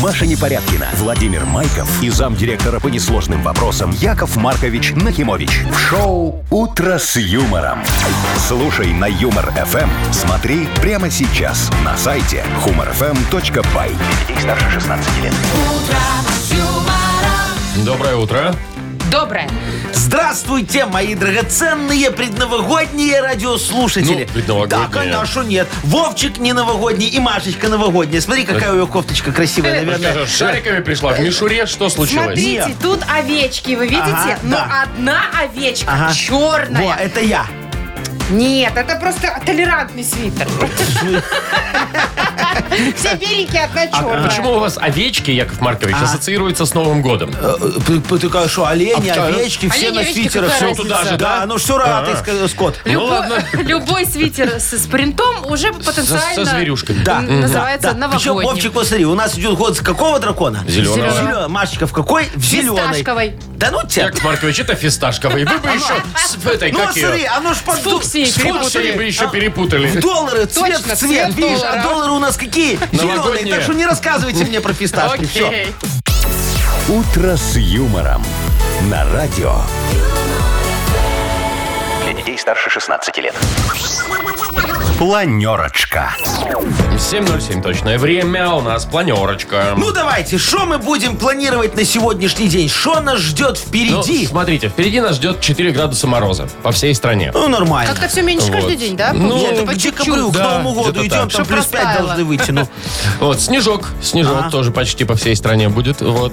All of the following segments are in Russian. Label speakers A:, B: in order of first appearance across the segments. A: Маша Непорядкина, Владимир Майков и замдиректора по несложным вопросам Яков Маркович Нахимович. В шоу «Утро с юмором». Слушай на «Юмор-ФМ». Смотри прямо сейчас на сайте humorfm.by. Для детей старше 16 лет.
B: Доброе утро.
C: Доброе.
D: Здравствуйте, мои драгоценные предновогодние радиослушатели.
B: Ну, предновогодние.
D: Да, конечно, нет. Вовчик не новогодний и Машечка новогодняя. Смотри, какая у ее кофточка
C: Э,
D: красивая,
B: Скажешь,
D: наверное.
B: С шариками пришла в мишуре, что случилось?
C: Смотрите,
D: Нет.
C: тут овечки, вы видите?
D: Ага,
C: Но
D: да.
C: одна овечка
D: Ага. Во,
B: э
C: черная.
D: это я.
C: Нет, это просто толерантный свитер. Все беленькие, одна черная.
B: А почему у вас овечки, Яков Маркович,
D: А.
B: ассоциируются с Новым годом?
D: Э, э, ты- ты такая, что, олени,
B: А кто?
D: овечки, все
C: Олени,
D: на
C: овечки,
D: свитерах.
C: какая
D: Всё
C: разница?
D: Да, ну все рогатый ск- скот.
B: Ну
C: Любой,
B: ладно.
C: любой свитер с спринтом уже потенциально
B: со зверюшками.
D: Ну, Да.
C: м, называется
D: Да. Причем,
C: новогодним.
D: Вовчик, вот смотри, у нас идет год с какого дракона?
B: Зеленого.
D: Зеленого. Машечка, в какой? В зеленой.
C: Фисташковой.
D: Да ну тебя.
B: Яков Маркович, это фисташковый. Вы бы еще с этой,
D: Ну,
B: как её,
D: смотри, оно ж под...
C: С фуксией
D: с
C: перепутали.
B: Фуксией бы еще
D: А,
B: перепутали.
D: В доллары, цвет
C: Точно,
D: в цвет,
C: цвет
D: видишь,
C: доллара.
D: а доллары у нас какие? Зеленые,
B: Новогодние.
D: так что не рассказывайте мне про фисташки, все.
C: Окей.
A: «Утро с юмором» на радио.
E: Для детей старше 16 лет.
A: Планерочка.
B: 7.07 точное время, у нас планерочка.
D: Ну давайте, что мы будем планировать на сегодняшний день? Что нас ждет
B: Ну,
D: впереди?
B: смотрите, впереди нас ждет 4 градуса мороза по всей стране.
D: Ну, нормально.
C: Как-то все меньше
B: Вот.
C: каждый день, да?
B: Ну,
C: получается?
D: Нет,
C: По
D: к
C: чуть-чуть.
D: декабрю, к
B: да,
D: Новому году
B: где-то
D: идем,
B: так.
D: там
C: Чтоб
D: плюс 5
C: растаяло.
D: должны выйти. ну.
B: Вот, снежок, снежок
D: Ага.
B: тоже почти по всей стране будет. Вот.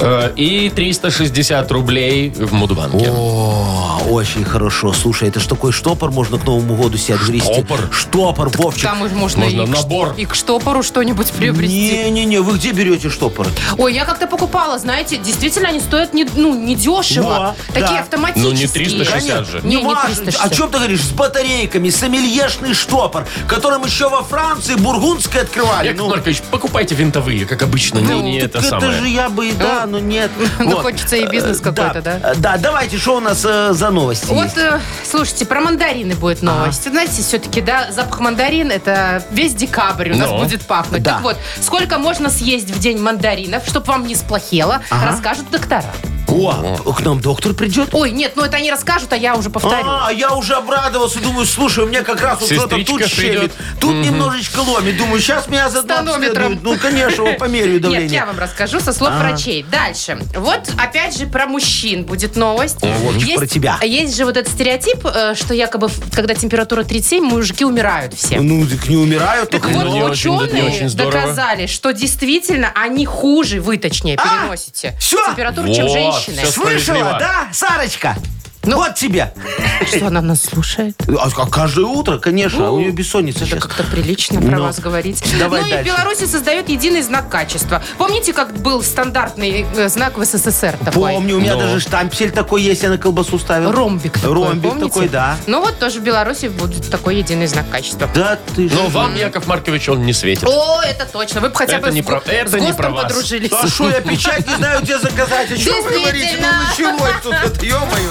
B: Э, И 360 рублей в Мудбанке.
D: О, А очень хорошо. Слушай, это ж такой штопор можно к Новому году себе отгрести.
B: Штопор?
D: Штопор, Вовчик.
C: Там уж можно,
B: Можно
C: и, к-
B: набор.
C: и к штопору что-нибудь приобрести.
D: Не-не-не, вы где берете штопоры?
C: Ой, я как-то покупала, знаете, действительно они стоят не, ну, не дешево.
D: Во,
C: Такие
D: да.
C: автоматические.
B: Ну, не 360 же. а
C: Не, не
D: важно,
C: 360.
D: о чем ты говоришь? С батарейками, сомельешный штопор, которым еще во Франции бургундской
C: А
D: открывали.
C: ну.
D: ну.
B: Яков Маркович, покупайте винтовые, как обычно, не, не
D: так
B: это
D: это же
B: самое.
D: я бы и да, но нет.
C: Ну,
D: Вот.
C: хочется и бизнес
D: Э,
C: какой-то, да?
D: Э, Да, давайте, что у нас э, за новости
C: Вот,
D: есть?
C: э, слушайте, про мандарины будет новость. Знаете, все-таки, да, запах мандарин, это весь декабрь у нас
B: Ну.
C: будет пахнуть.
D: Да.
C: Так вот, сколько можно съесть в день мандаринов, чтобы вам не сплохело, расскажут доктора.
D: О, к нам доктор придет?
C: Ой, нет, ну это они расскажут, а я уже повторю.
D: А, я уже обрадовался, думаю, слушай, у меня как раз вот кто-то
B: Сестричка
D: тут щемит,
B: придет.
D: тут немножечко ломит. Думаю, сейчас меня заодно
C: Тонометром.
D: обследуют. Ну, конечно, вот померяю
C: Нет, я
D: давление.
C: вам расскажу со слов врачей. Дальше. Вот опять же про мужчин будет новость.
D: Вовчик,
C: Есть-
D: про тебя.
C: Есть же вот этот стереотип, э, что якобы, в- когда температура 37, мужики умирают все.
D: Ну, так не умирают, только...
C: Так вот,
B: Ну, не очень, да, не
C: ученые
B: очень здорово.
C: доказали, что действительно они хуже, вы точнее, переносите
D: А! всё.
C: температуру, чем
B: Вот,
C: женщины.
B: всё.
D: Слышала,
B: справедливо.
D: да, Сарочка?
C: Ну.
D: вот тебе.
C: Что она нас слушает?
D: А как каждое утро, конечно, у нее бессонница сейчас.
C: Как-то прилично про
D: Ну,
C: вас говорить.
D: давай
C: ну и в
D: дальше.
C: Беларуси создают единый знак качества. Помните, как был стандартный э, знак в СССР такой?
D: Помню, у меня
B: Ну.
D: даже штампсель такой есть, я на колбасу ставил.
C: Ромбик такой,
D: Ромбик
C: помните?
D: такой, да.
C: Ну вот тоже в Беларуси будет такой единый знак качества.
D: Да ты
B: Но
D: же.
B: вам, Яков Маркович, он не светит.
C: О, это точно. Вы бы хотя
B: Это
C: бы
B: не
C: с,
B: про-
C: го-
B: это
C: с
B: не
C: ГОСТом
B: про вас.
C: подружили.
D: Да что, я печать не знаю, где заказать. О чем вы говорите? Ну,
C: Действительно.
D: началось тут, это, ё-моё.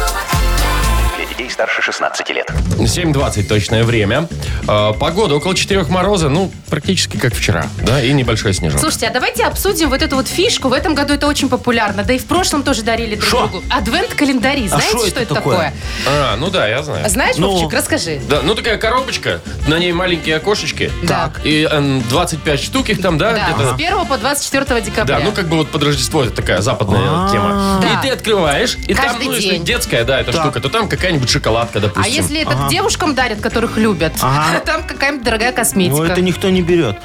E: Для детей старше 16 лет.
B: 7.20 точное время. Э, Погода около 4 мороза, ну, практически как вчера. Да, и небольшой снежок.
C: Слушайте, а давайте обсудим вот эту вот фишку. В этом году это очень популярно. Да и в прошлом тоже дарили друг
D: Шо? А
C: другу. Адвент-календари. Знаете,
D: шо
C: что,
D: это
C: это
D: такое?
C: такое?
B: А, ну да, я знаю.
C: Знаешь,
D: Ну.
C: Вовчик, расскажи.
B: Да, ну такая коробочка, на ней маленькие окошечки.
C: Так.
B: И эм, 25 штук их там, да?
C: Да,
B: где-то?
C: с 1 по 24 декабря. А
B: Да, ну как бы вот под Рождество это такая западная тема.
C: Да.
B: И ты открываешь, и там,
C: Каждый
B: ну, если
C: день.
B: детская, да, эта
D: Так.
B: штука, то там какая-нибудь шоколадка,
C: А
B: допустим.
C: если это девушкам дарят, которых любят,
D: Ага.
C: там какая-нибудь дорогая
D: Ну,
C: косметика.
D: это никто не берет.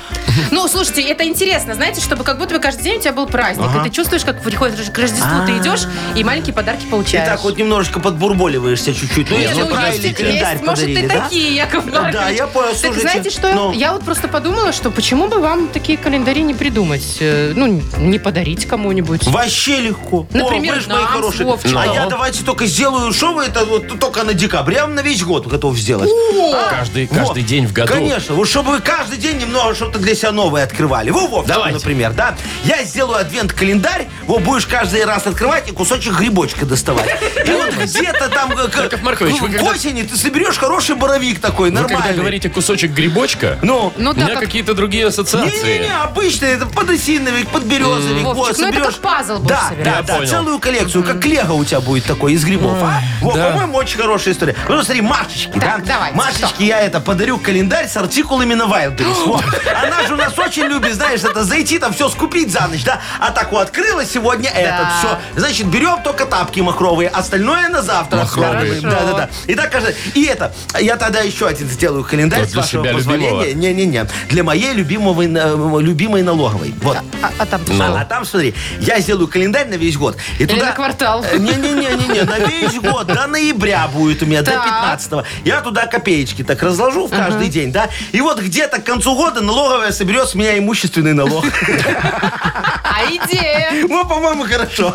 C: Ну, слушайте, это интересно, знаете, чтобы как будто бы каждый день у тебя был праздник, и ты чувствуешь, как приходит к Рождеству, ты идешь и маленькие подарки
D: Ты
C: получаешь.
D: так вот немножечко подбурболиваешься чуть-чуть. Ну,
C: Не,
D: если
C: ну,
D: правильный
C: есть,
D: календарь
C: есть. Может,
D: подарили,
C: и
D: да?
C: такие, Яков Маркович.
D: Да, я понял,
C: Так
D: слушайте,
C: знаете, что
D: ну.
C: я вот просто подумала, что почему бы вам такие календари не придумать? Э, Ну, не подарить кому-нибудь.
D: Вообще легко.
C: Например,
D: О, вы ж мои
C: нам с
D: хорошие.
C: Вовчиком.
D: А я
B: Ну.
D: давайте только сделаю, что вы это вот только на декабрь. Я вам на весь год готов сделать.
B: Каждый, каждый
D: Вот.
B: день в году.
D: Конечно. Вот чтобы вы каждый день немного что-то для себя новое открывали. Во, Вов,
B: Давайте.
D: например, да? Я сделаю адвент-календарь, вот будешь каждый раз открывать и кусочек грибочка доставать. И вот где-то там э, к
B: Яков Маркович, вы
D: к
B: когда-
D: осени ты соберешь хороший боровик такой,
B: Вы когда
D: нормальный.
B: говорите кусочек грибочка,
D: Ну,
C: Ну
B: у меня
C: да, как...
B: какие-то другие ассоциации.
D: не-не-не, обычный, это подосиновик, подберезовик.
C: Вовчик,
D: вот,
C: ну это
D: соберешь.
C: как пазл будешь
D: Да,
C: собирать.
D: да,
B: Я
D: да,
B: понял.
D: целую коллекцию, как лего у тебя будет такой из грибов. а? Вот,
B: да.
D: по-моему, очень хорошая история. Ну, смотри, Машечки, да?
C: Так, давайте,
D: Машечке я это подарю календарь с артикулами на Wildberries. Вот. Она же у нас очень любит, знаешь, это зайти там все скупить за ночь, да? А так вот, открыла сегодня этот, все. Значит, берем только тапки махровые, остальное на завтра.
B: Махровые.
D: Да, да, да. И так каждый... И это, я тогда еще один сделаю календарь,
B: Тоже
D: с
B: для
D: вашего
B: себя
D: позволения.
B: любимого.
D: Не-не-не. Для моей любимой, на- любимой налоговой. Вот.
C: А, а там
B: Ну.
D: А там, смотри, я сделаю календарь на весь год. И
C: Или на квартал.
D: Э, Не-не-не-не, на весь год, до ноября будет у меня, до
C: Так.
D: 15 Я туда копеечки так разложу в каждый день, да? И вот где-то к концу года налоговая соберет с меня имущественный налог.
C: А идея?
D: Ну, по-моему, хорошо.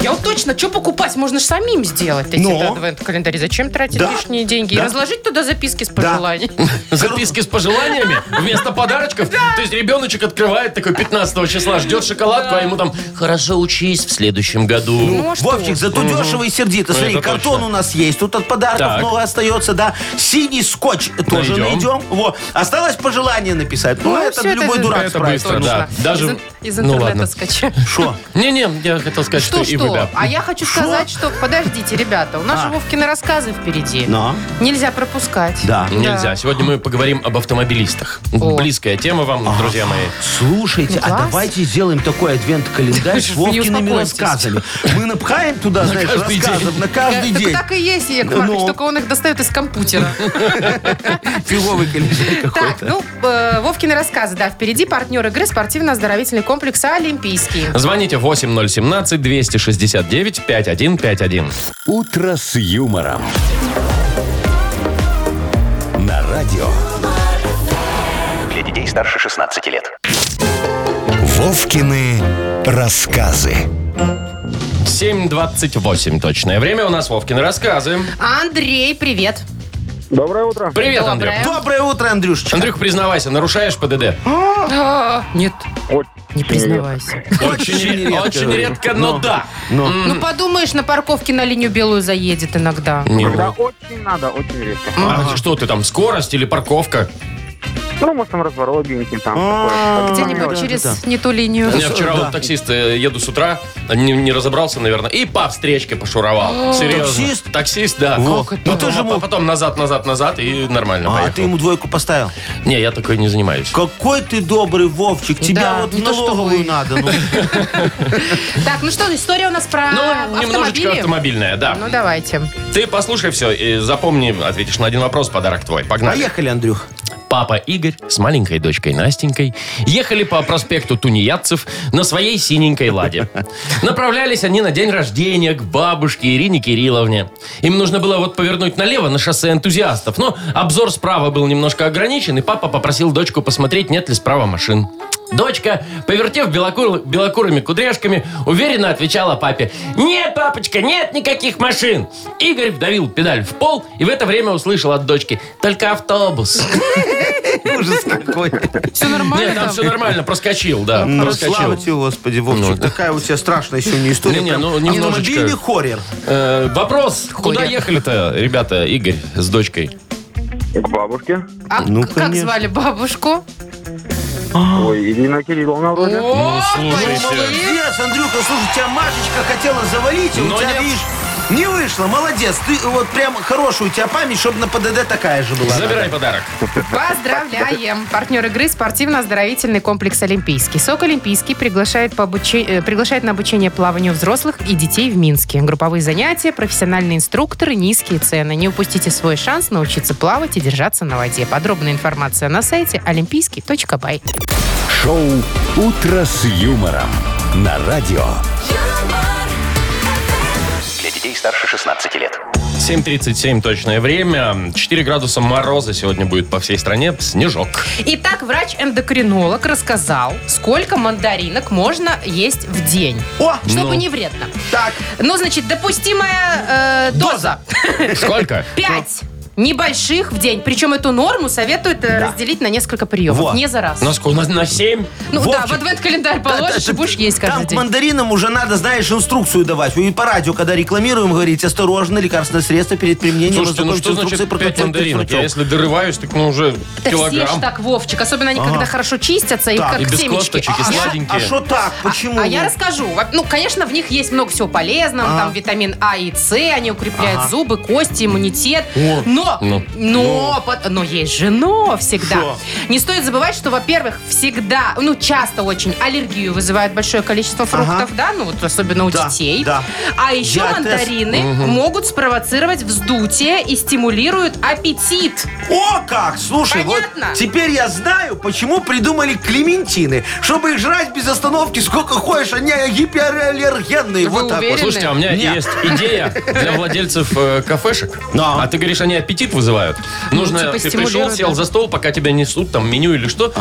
C: Я вот точно, что покупать? Можно же самим сделать эти
D: Но.
C: да, адвент-календари. Зачем тратить
D: Да.
C: лишние деньги? И
D: Да.
C: разложить туда записки с пожеланий.
B: Записки с пожеланиями вместо подарочков. То есть ребеночек открывает такой 15 числа, ждет шоколадку, а ему там «Хорошо учись в следующем году».
C: Ну, а что?
D: Вовчик, зато дешево и сердито. Смотри,
B: Ну, Это
D: картон
B: точно.
D: у нас есть. Тут от подарков
B: Так.
D: много остается, да. Синий скотч тоже
B: Найдем.
D: найдем. Во. Осталось пожелание написать. Ну,
C: Ну,
D: это
C: всё
D: любой
C: это-
D: дурак
B: это
D: справится.
B: быстро, да.
C: Из-
B: Даже-
C: Из
B: ну, ладно.
C: интернета скачать.
D: Шо?
B: Не-не, я хотел сказать, что и вы,
C: Что-что?
B: да.
C: А я хочу сказать, что... Подождите, ребята, у нас
D: А.
C: же Вовкины рассказы впереди.
D: Но.
C: Нельзя пропускать.
D: Да.
B: Нельзя. Сегодня мы поговорим об автомобилистах.
C: А, О.
B: Близкая тема вам, друзья мои.
D: Слушайте,
C: Класс.
D: а давайте сделаем такой адвент-календарь с
C: Вы не
D: Вовкиными
C: успокойтесь.
D: рассказами. Мы напхаем туда, знаешь,
B: каждый день.
D: рассказов на
C: Э,
D: каждый
C: так
D: день.
C: так и есть, Яков Маркович,
D: Ну.
C: только он их достает из компьютера.
D: Фиговый календарь
C: Так,
D: какой-то.
C: ну, э, Вовкины рассказы, да, впереди партнер игры спортивно-оздоровительный комплекс «Олимпийский».
B: Звоните 8017-269-5151.
A: «Утро с юмором». На радио.
E: Для детей старше 16 лет.
A: Вовкины рассказы.
B: 7.28 точное время. У нас Вовкины рассказы.
C: Андрей, привет.
F: Доброе утро.
B: Привет, Андрей.
C: Доброе.
D: Доброе утро, Андрюшечка.
B: Андрюх, признавайся, нарушаешь ПДД?
C: А, Нет,
F: Ой,
C: не признавайся.
B: Очень, редко, очень редко, но, да.
C: Ну, подумаешь, на парковке на линию белую заедет иногда.
B: Не
D: Ну,
F: Да
B: ру-
F: очень надо, очень редко.
B: А что ты там, скорость или парковка?
F: Ну, может, там разворот где-нибудь там
D: А,
F: такое.
C: Где-нибудь
D: да,
C: через
D: да,
C: не ту линию.
B: У меня вчера вот таксист, э, еду с утра, не, не разобрался, наверное, и по встречке пошуровал. Серьезно.
D: Таксист?
B: Таксист, да.
D: Во.
B: Потом,
D: Ну ты же
B: а
D: мог-
B: потом назад, назад, назад и нормально
D: А,
B: поехал.
D: ты ему двойку поставил?
B: Не, я такой не занимаюсь.
D: Какой ты добрый, Вовчик. Тебя
C: Да,
D: вот в
C: не то, что
D: налоговую
C: вы.
D: надо. ну.
C: Так, ну что, история у нас про
B: Ну, немножечко
C: автомобили.
B: автомобильная, да.
C: Ну, давайте.
B: Ты послушай все и запомни, ответишь на один вопрос, подарок твой. Погнали.
D: Поехали, Андрюх.
B: Папа Игорь с маленькой дочкой Настенькой ехали по проспекту Тунеядцев на своей синенькой ладе. Направлялись они на день рождения к бабушке Ирине Кирилловне. Им нужно было вот повернуть налево на шоссе энтузиастов, но обзор справа был немножко ограничен, и папа попросил дочку посмотреть, нет ли справа машин. Дочка, повертев белокур- белокурыми кудряшками, уверенно отвечала папе. «Нет, папочка, нет никаких машин!» Игорь вдавил педаль в пол и в это время услышал от дочки «Только автобус».
D: Ужас какой.
C: Все нормально
B: Нет, там
C: там?
B: все нормально, проскочил, да.
D: Ну,
B: проскочил.
D: слава тебе, Господи, Вовчик. Такая у тебя страшная сегодня история.
B: Ну, Не-не,
D: Прям
B: ну, немножечко.
D: Автомобильный хоррор.
B: Э, вопрос, куда ехали-то, ребята, Игорь с дочкой?
F: К бабушке.
C: А
D: Ну,
C: к- как
D: конечно.
C: звали бабушку?
F: Ой, Ирина Кирилловна вроде.
C: О,
B: слушайте.
C: почти.
D: Молодец, Андрюха, слушай, тебя Машечка хотела завалить, и у
B: Но
D: тебя,
B: Ну, нет.
D: видишь, не вышло. Молодец, ты вот прям хорошая у тебя память, чтобы на ПДД такая же была.
B: Забирай подарок.
C: Поздравляем! Партнер игры спортивно-оздоровительный комплекс «Олимпийский». СОК «Олимпийский» приглашает, по обуче- э, приглашает на обучение плаванию взрослых и детей в Минске. Групповые занятия, профессиональные инструкторы, низкие цены. Не упустите свой шанс научиться плавать и держаться на воде. Подробная информация на сайте олимпийский.бай.
A: Шоу «Утро с юмором». На радио.
E: Для детей старше 16 лет.
B: 7.37 точное время. 4 градуса мороза сегодня будет по всей стране. Снежок.
C: Итак, врач-эндокринолог рассказал, сколько мандаринок можно есть в день,
D: О,
C: чтобы
B: Ну.
C: не вредно.
D: так,
C: Ну, значит, допустимая э, доза
B: Сколько?
C: 5 небольших в день. Причем эту норму советуют э,
D: Да.
C: разделить на несколько приемов,
D: Во.
C: не за раз.
B: На сколько? На 7?
C: Ну да,
D: Вовчик,
C: в адвент-календарь положишь и
D: Да-да,
C: будешь есть
D: Там
C: каждый
D: к
C: день.
D: мандаринам уже надо, знаешь, инструкцию давать. И по радио, когда рекламируем, говорить, осторожно, лекарственное средство перед применением.
B: Слушайте, ну что
D: ознакомьтесь с
B: значит
D: инструкцией
B: 5
D: против-
B: мандаринок? А
D: против-
B: Я если дорываюсь, так ну уже
C: Так съешь
B: килограмм.
C: так, Вовчик. Особенно они, когда хорошо чистятся, и
D: Так,
C: как
B: и без
C: семечки.
B: косточек, и
C: А, а я-
B: сладенькие.
D: А что так? Почему?
C: А я расскажу. Во- Ну, конечно, в них есть много всего полезного. Там витамин А и С, они укрепляют зубы, кости, иммунитет. Но,
B: Ну.
C: но, по- но есть же но всегда.
D: Что?
C: Не стоит забывать, что, во-первых, всегда, ну, часто очень аллергию вызывает большое количество фруктов, да, ну, вот особенно у
D: Да,
C: детей.
D: да.
C: А еще
D: Я тест.
C: мандарины могут спровоцировать вздутие и стимулируют аппетит.
D: О, как! Слушай,
C: Понятно.
D: вот теперь я знаю, почему придумали клементины. Чтобы их жрать без остановки, сколько хочешь, они гипераллергенные.
C: Вы
D: вот так
C: уверены?
D: вот.
B: Слушайте, а у меня
D: Нет.
B: есть идея для владельцев э, кафешек.
D: Но.
B: А ты говоришь, они аппетит вызывают. Нужно, э,
C: типа,
B: ты пришел,
C: стимулируют,
B: сел
C: да.
B: за стол, пока тебя несут, там меню или что,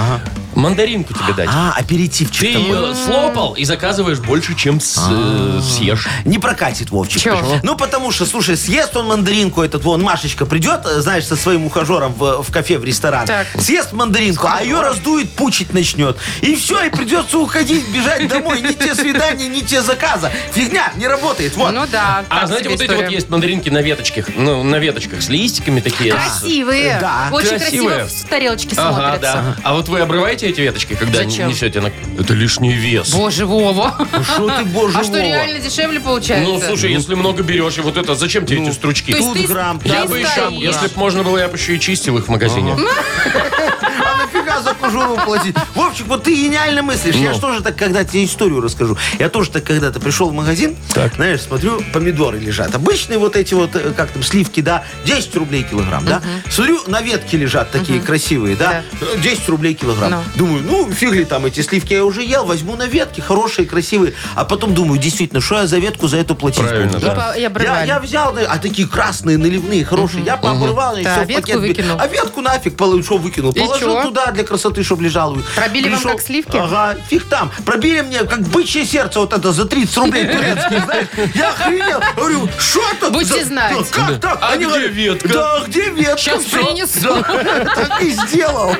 B: мандаринку тебе дать.
D: А,
B: Ты
D: аперитивчик такой.
B: ее слопал и заказываешь больше, чем с- э, съешь.
D: Не прокатит, Вовчик.
C: Чего? Почему?
D: Ну, потому что, слушай, съест он мандаринку этот, вон, Машечка придет, э, знаешь, со своим ухажером в, в кафе, в ресторан.
C: Так.
D: Съест мандаринку, а ее раздует, пучить начнет. И все, и придется уходить, бежать домой. Не те свидания, не те заказа. Фигня, не работает. Вот.
C: Ну да.
B: А
C: так
B: знаете,
C: себе
B: вот эти вот
C: история.
B: есть мандаринки на веточках, ну, на веточках с листиками такие.
C: Красивые.
D: Да,
C: Очень
B: красивые.
C: красиво в тарелочке
B: Ага,
C: смотрятся.
B: да. А вот вы обрываете эти веточки, когда
C: Зачем?
B: несете на... Это лишний вес.
C: Боже, Вова.
D: Что ты, боже
C: А что,
D: Вова.
C: реально дешевле получается?
B: Ну, слушай, если много берешь, и вот это, зачем тебе эти стручки?
C: То есть
D: тут
C: ты,
D: грамм,
C: ты
D: да.
B: Я бы еще,
C: стоишь.
B: если бы можно было, я бы еще и чистил их в магазине.
C: Ну,
D: А нафига за кожуру платить? Вовчик, вот ты гениально мыслишь. Я же тоже так, когда тебе историю расскажу. Я тоже так когда-то пришел в магазин, знаешь, смотрю, помидоры лежат. Обычные вот эти вот, э, как там, сливки, да, 10 рублей килограмм, да. Смотрю, на ветке лежат такие красивые, да, 10 рублей килограмм.
C: Ну.
D: Думаю, ну, фиг ли там эти сливки, я уже ел, возьму на ветке, хорошие, красивые. А потом думаю, действительно, что я за ветку за эту платить
B: Правильно,
D: буду,
B: да.
C: По- и
D: Я,
C: обрывали.
D: я взял, да, а такие красные, наливные, хорошие. Я пообрывал, и
C: Да,
D: все в
C: ветку
D: пакет. бе-
C: выкинул.
D: А ветку нафиг, положил, что выкинул.
C: И
D: Положил
C: чё?
D: туда для красоты, чтобы лежал.
C: Пробили вам как сливки?
D: Ага, фиг там. Пробили мне как бычье сердце вот это за 30 рублей турецкие, знаешь. Я охренел. Говорю, что тут?
C: Будьте
D: за-
C: знать».
D: Да, Как так?
B: А
D: Они
B: где
D: говорят,
B: ветка?
D: Да, а где ветка?
C: Щас
D: Всё.
C: принесу.
D: Да, Так и сделал.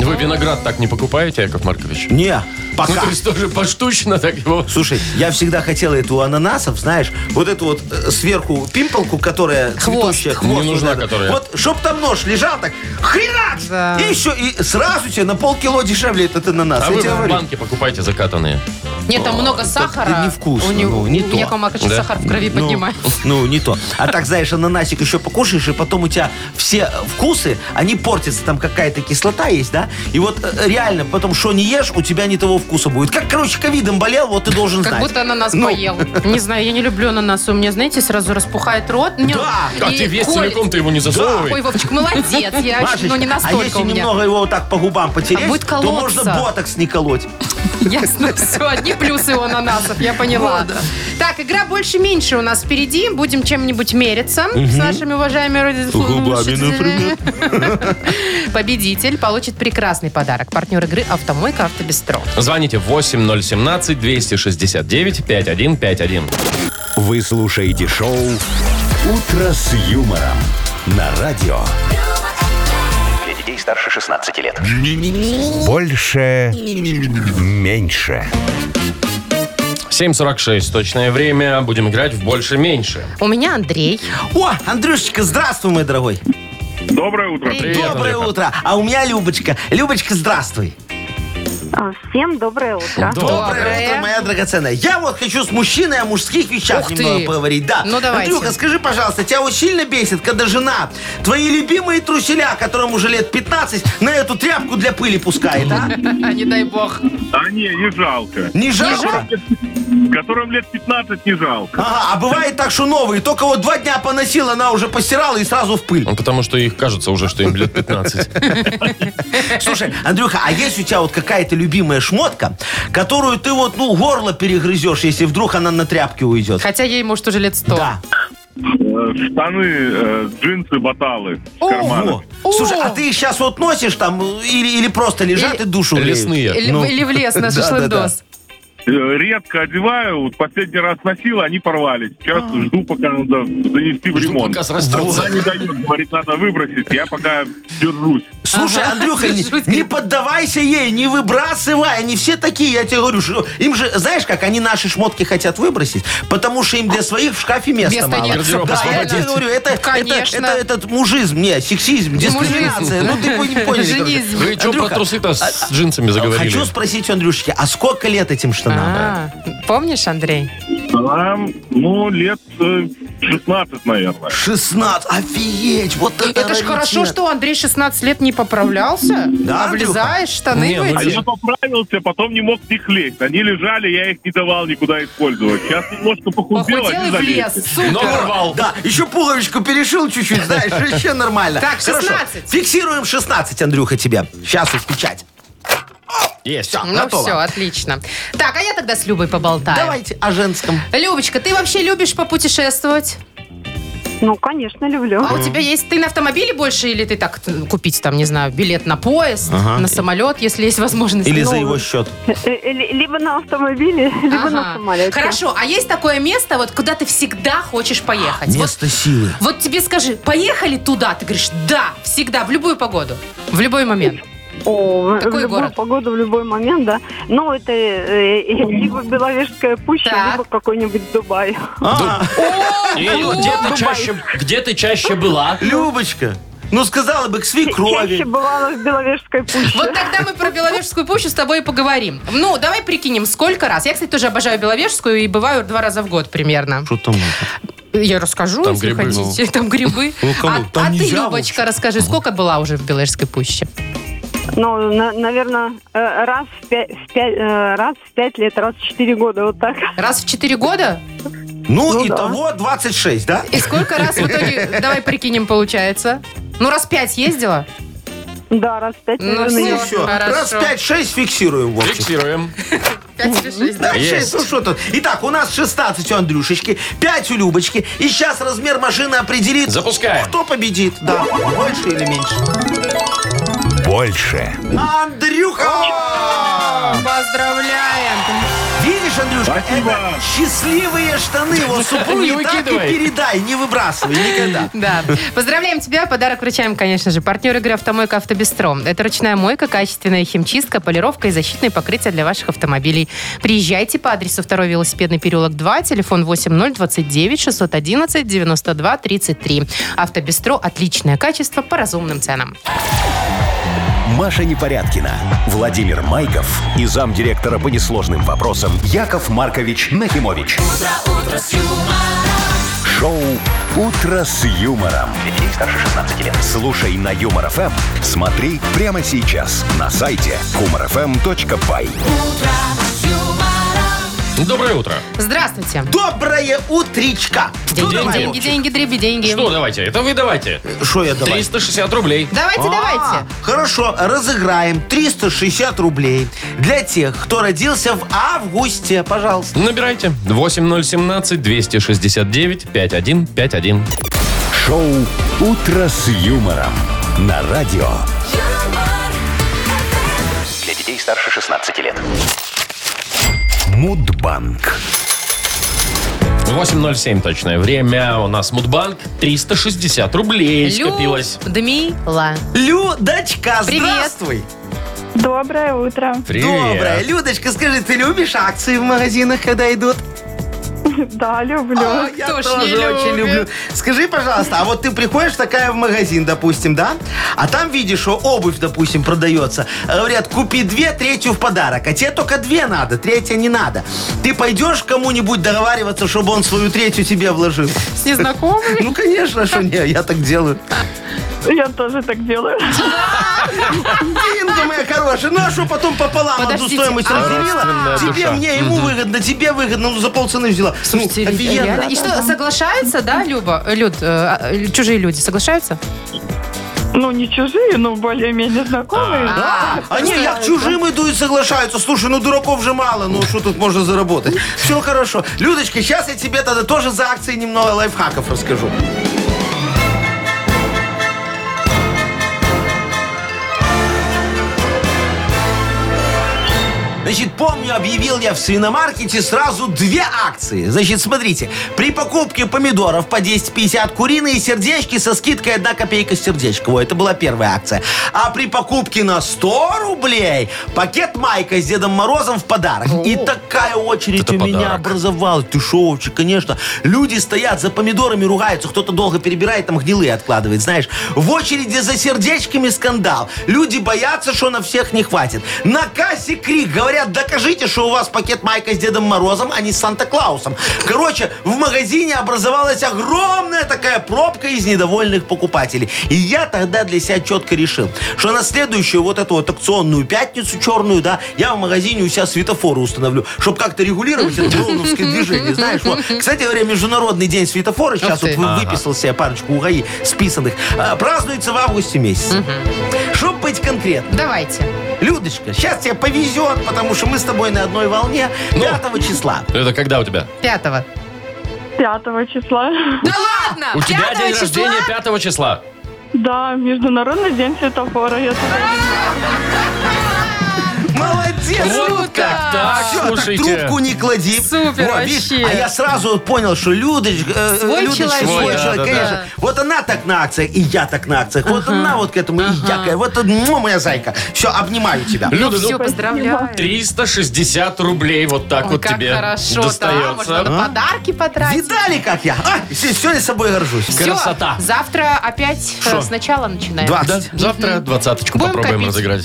B: Вы виноград так не покупаете, Яков Маркович?
D: Не,
B: Ну,
D: пока.
B: то есть тоже поштучно так его...
D: Слушай, я всегда хотела эту ананасов, знаешь, вот эту вот э, сверху пимполку, которая
C: Хвост.
D: цветущая.
B: Не
D: вот
B: нужна,
D: эта.
B: которая.
D: Вот, чтоб там нож лежал так, хренак!
C: Да.
D: И еще, и сразу тебе на полкило дешевле этот ананас.
B: А
D: я
B: вы
D: тебе
B: в
D: говорю.
B: банке покупаете закатанные.
C: Нет, там много сахара.
D: невкусно,
C: У него,
D: ну, не
C: у
D: то.
C: Якова Марковича
B: Да.
C: сахар в крови
D: Ну,
C: поднимает.
D: Ну, не то. А так, знаешь, ананасик еще покушаешь, и потом у тебя все вкусы, они портятся, там какая-то кислота есть, да? И вот э, реально, потом что не ешь, у тебя не того вкуса будет. Как, короче, ковидом болел, вот ты должен
C: Как
D: знать.
C: будто ананас
D: Ну.
C: поел. Не знаю, я не люблю ананасы. У меня, знаете, сразу распухает рот. Мне-
D: Да.
B: А
C: и
B: ты весь
C: коль-
B: целиком ты его не
C: Ой,
B: засовывай.
C: Вовчик, молодец. Я,
D: Машечка,
C: ну, не
D: а
C: настолько
D: если
C: у меня.
D: немного его вот так по губам потереть,
C: А будет
D: то можно
C: колоться.
D: ботокс не колоть.
C: Ясно, все, одни плюсы у ананасов, я поняла. Так, игра больше-меньше у нас впереди. Будем чем-нибудь мериться с нашими уважаемыми родителями. Победитель получит прекрасный подарок. Партнер игры «Автомойка Автобестро».
B: Звоните 8017-269-5151.
A: Вы слушаете шоу «Утро с юмором» на радио.
E: Для детей старше 16 лет.
A: Больше, меньше.
B: 7.46 точное время. Будем играть в больше-меньше.
C: У меня Андрей.
D: О, Андрюшечка, здравствуй, мой дорогой.
F: Доброе утро.
B: Привет,
D: Доброе
B: Андрюха.
D: утро. А у меня Любочка. Любочка, здравствуй.
G: А, Всем доброе утро.
C: Доброе.
D: утро, моя драгоценная. Я вот хочу с мужчиной о мужских вещах
C: Ух ты.
D: немного поговорить. Да.
C: Ну, давайте.
D: Андрюха, скажи, пожалуйста, тебя вот сильно бесит, когда жена твои любимые труселя, которым уже лет 15, на эту тряпку для пыли пускает, а?
C: Не дай бог.
H: Да не, не жалко.
D: Не жалко?
H: Которым лет 15 не жалко.
D: Ага, а бывает так, что новые. Только вот два дня поносила, она уже постирала и сразу в пыль.
B: Ну, Потому что их кажется уже, что им лет 15.
D: Слушай, Андрюха, а есть у тебя вот какая-то любимая шмотка, которую ты вот, ну, горло перегрызешь, если вдруг она на тряпке уйдет?
C: Хотя ей, может, уже лет сто.
D: Да.
H: Э, Штаны, э, джинсы, баталы. в карманах.
D: Во. Слушай, а ты их сейчас вот носишь там э, или, или просто лежат
C: Или-
D: и душу греют?
B: Лесные.
C: Или,
D: Ну.
C: или в лес на
D: Да, да,
C: шашлындос.
H: Э, Редко одеваю. Вот последний раз носила, они порвались. Сейчас жду, пока надо занести в
B: Жду,
H: ремонт.
B: пока срастется.
H: Она не дает, говорит, надо выбросить. Я пока держусь.
D: Слушай,
C: Ага.
D: Андрюха, не,
C: Жуть.
D: не поддавайся ей, не выбрасывай. Они все такие, я тебе говорю. что Им же, знаешь, как они наши шмотки хотят выбросить, потому что им для своих в шкафе места
C: Места
D: мало.
C: нет. Гардероб
D: Да, я тебе
C: освободите.
D: говорю, это, это,
C: Конечно.
D: это этот мужизм, не, сексизм, дискриминация.
C: Мужизм.
D: Ну, ты бы не понял.
C: Женизм.
B: Вы что про
D: Андрюха, а,
B: трусы-то с джинсами заговорили?
D: Хочу спросить у Андрюшечки, а сколько лет этим штанам?
C: А, Помнишь, Андрей?
H: А, ну, лет э, 16, наверное.
D: 16. Офигеть, вот это
C: Это ж
D: раритет.
C: хорошо, что Андрей 16 лет не поправлялся.
D: Да,
C: а влезаешь, штаны
B: Не, ну
C: в
H: А
C: эти.
H: я поправился, потом не мог их лезть. Они лежали, я их не давал никуда использовать. Сейчас немножко похудел,
C: Похудел
H: они
C: и в лес.
H: залезли.
B: Но
C: Супер.
B: порвал.
D: Да, еще пуговичку перешил чуть-чуть, знаешь, вообще нормально.
C: Так,
D: Хорошо.
C: 16.
D: Фиксируем 16, Андрюха, тебе. Сейчас вот печать.
B: Есть.
D: Все,
C: Ну
D: готово.
C: все, отлично. Так, а я тогда с Любой поболтаю.
D: Давайте о женском.
C: Любочка, ты вообще любишь попутешествовать?
G: Ну, конечно, люблю.
C: А у тебя есть... Ты на автомобиле больше или ты так т- купить, там, не знаю, билет на поезд,
D: Ага.
C: на самолет, если есть возможность?
D: Или
C: Ну,
D: за его счет.
G: Э, э, ли- Либо на автомобиле, либо
C: ага.
G: на самолете.
C: Хорошо, а есть такое место, вот куда ты всегда хочешь поехать? Вот,
D: Место силы.
C: вот тебе скажи, поехали туда? Ты говоришь, да, всегда, в любую погоду, в любой момент.
G: О, в- в
C: Какой
G: любую
C: город?
G: погоду, в любой момент, да. Ну, это э, э, либо Беловежская пуща,
C: Так.
G: либо какой-нибудь Дубай.
D: А,
B: И где ты чаще, где ты чаще была?
D: а Любочка, ну сказала бы к свекрови.
G: Чаще бывала в Беловежской пуще.
C: Вот тогда мы про Беловежскую пущу с тобой и поговорим. Ну, давай прикинем, сколько раз. Я, кстати, тоже обожаю Беловежскую и бываю два раза в год примерно.
D: Что там?
C: Я расскажу,
B: Там
C: если
B: грибы,
C: хотите. Там грибы.
D: Ну, кому?
C: А,
D: Там
C: а ты,
D: нельзя
C: Любочка, расскажи, сколько была уже в Беловежской пуще?
G: Ну, наверное, э, раз в пять, в пять- э, раз в пять лет, раз в четыре года, вот так.
C: Раз в 4 года?
D: Ну,
G: Ну
D: и
G: да.
D: того 26, да?
C: И сколько раз в итоге, давай прикинем, получается? Ну, раз пять ездила?
G: Да, раз в пять,
C: Ну,
G: наверное,
C: всё.
D: Ну,
G: я-
D: все.
C: хорошо.
D: Раз 5-6 фиксируем, в общем.
B: Фиксируем.
C: Пять или шесть, да?
D: Да,
B: Есть.
D: шесть, ну что тут? Итак, у нас 16 у Андрюшечки, 5 у Любочки. И сейчас размер машины определит,
B: Запускаем.
D: кто победит. Да, больше или меньше.
A: Больше.
D: Андрюха!
C: Поздравляем!
D: Видишь, Андрюшка, это счастливые штаны. Вот супруги
B: Не
D: так и
B: выкидывай.
D: передай, не выбрасывай никогда.
C: Да. Поздравляем тебя. Подарок вручаем, конечно же. Партнер игры «Автомойка Автобестро». Это ручная мойка, качественная химчистка, полировка и защитные покрытия для ваших автомобилей. Приезжайте по адресу 2 велосипедный переулок 2, телефон 8029 611 92 33. «Автобестро» – отличное качество по разумным ценам.
A: Маша Непорядкина, Владимир Майков и замдиректора по несложным вопросам Яков Маркович Нахимович. Шоу Утро с юмором. Детей старше 16 лет. Слушай на юмор ФМ. Смотри прямо сейчас на сайте humorfm.by.
B: Доброе утро.
C: Здравствуйте.
D: Доброе утречка. Ну,
C: Деньги,
D: давай,
C: деньги,
D: Вовчик.
C: деньги, дреби, деньги.
B: Что давайте? Это вы давайте.
D: Что я давай?
B: 360 рублей.
C: Давайте, давайте.
D: А, Хорошо, разыграем 360 рублей для тех, кто родился в августе, пожалуйста.
B: Набирайте 8017 269 5151.
A: Шоу Утро с юмором на радио.
E: Для детей старше 16 лет.
A: Мудбанк.
B: 8.07 точное время. У нас Мудбанк 360 рублей скопилось.
C: Людмила.
D: Людочка,
C: Привет.
D: здравствуй.
I: Доброе утро.
D: Доброе.
B: Привет.
D: Людочка, скажи, ты любишь акции в магазинах, когда идут?
I: Да, люблю.
C: А,
D: Я
C: кто ж
D: тоже
C: не
D: очень
C: любит?
D: люблю. Скажи, пожалуйста, а вот ты приходишь такая в магазин, допустим, да? А там видишь, что обувь, допустим, продается. А Говорят, купи две, третью в подарок. А тебе только две надо, третья не надо. Ты пойдешь к кому-нибудь договариваться, чтобы он свою третью тебе вложил?
C: С незнакомыми.
D: Ну, конечно, что не, я так делаю.
I: Я тоже так делаю.
D: Инга моя хорошая, ну а что потом пополам одну
C: Подождите,
D: стоимость
C: а-
D: разделила?
B: Родственная
D: Тебе,
B: душа.
D: мне, ему выгодно, тебе выгодно, ну за полцены взяла.
C: Слушайте,
D: ну, офигенно.
C: а, реально. И что, соглашаются, да, Люба? Э, Люд, э, э, чужие люди соглашаются?
I: Ну, не чужие, но более-менее знакомые.
C: А,
D: Да, они А я к чужим иду и соглашаются. Слушай, ну дураков же мало, ну что тут можно заработать? Все хорошо. Людочка, сейчас я тебе тогда тоже за акции немного лайфхаков расскажу. Значит, помню, объявил я в свиномаркете сразу две акции. Значит, смотрите, при покупке помидоров по 10,50 куриные сердечки со скидкой 1 копейка сердечко. Во, это была первая акция. А при покупке на 100 рублей пакет майка с Дедом Морозом в подарок. И такая очередь
B: Это
D: у меня
B: подарок.
D: образовалась. Ты шо, Вовчик, конечно. Люди стоят за помидорами, ругаются. Кто-то долго перебирает, там гнилые откладывает, знаешь. В очереди за сердечками скандал. Люди боятся, что на всех не хватит. На кассе крик. Говорят, докажите, что у вас пакет майка с Дедом Морозом, а не с Санта-Клаусом. Короче, в магазине образовалась огромная такая пробка из недовольных покупателей. И я тогда для себя четко решил, что на следующую вот эту вот акционную пятницу черную, да, я в магазине у себя светофоры установлю, чтобы как-то регулировать это броуновское движение. Знаешь, вот. Кстати говоря, Международный день светофора, сейчас
C: ты.
D: вот вы- выписал себе парочку у ГАИ списанных, а, празднуется в августе месяце. Чтобы быть конкретным,
C: Давайте.
D: Людочка, сейчас тебе повезет, потому что мы с тобой на одной волне 5 числа.
B: Это когда у тебя?
C: Пятого.
I: 5 числа.
C: Да ладно!
B: У тебя
C: Пятого
B: день
C: числа?
B: рождения 5 числа.
I: Да, Международный день светофора. Я туда
D: Молодец,
B: Вот
D: Людка!
B: как так,
D: Всё, а так
B: слушайте.
D: трубку не клади.
C: Супер,
D: Во, видишь,
C: вообще.
D: А я сразу понял, что Людочка... э,
C: Свой
D: Людочка,
C: человек.
D: свой
B: Да,
D: человек,
B: да, да.
D: конечно. Вот она так на акциях, и я так на акциях. Вот она вот к этому, и я. к- Вот ну, моя зайка. Все, обнимаю тебя.
B: Люда,
C: Все,
B: ну,
C: поздравляю.
B: 360 рублей вот так
C: Ой,
B: вот
C: как
B: тебе
C: хорошо, да, может,
B: достается. а?
C: надо подарки потратить.
D: Видали, как я? А, сегодня собой горжусь.
C: Всё,
B: Красота.
C: Завтра опять э,
B: Шо?
C: сначала начинаем.
D: Два.
B: Да, завтра двадцаточку
C: Будем
B: попробуем
C: копить.
B: разыграть.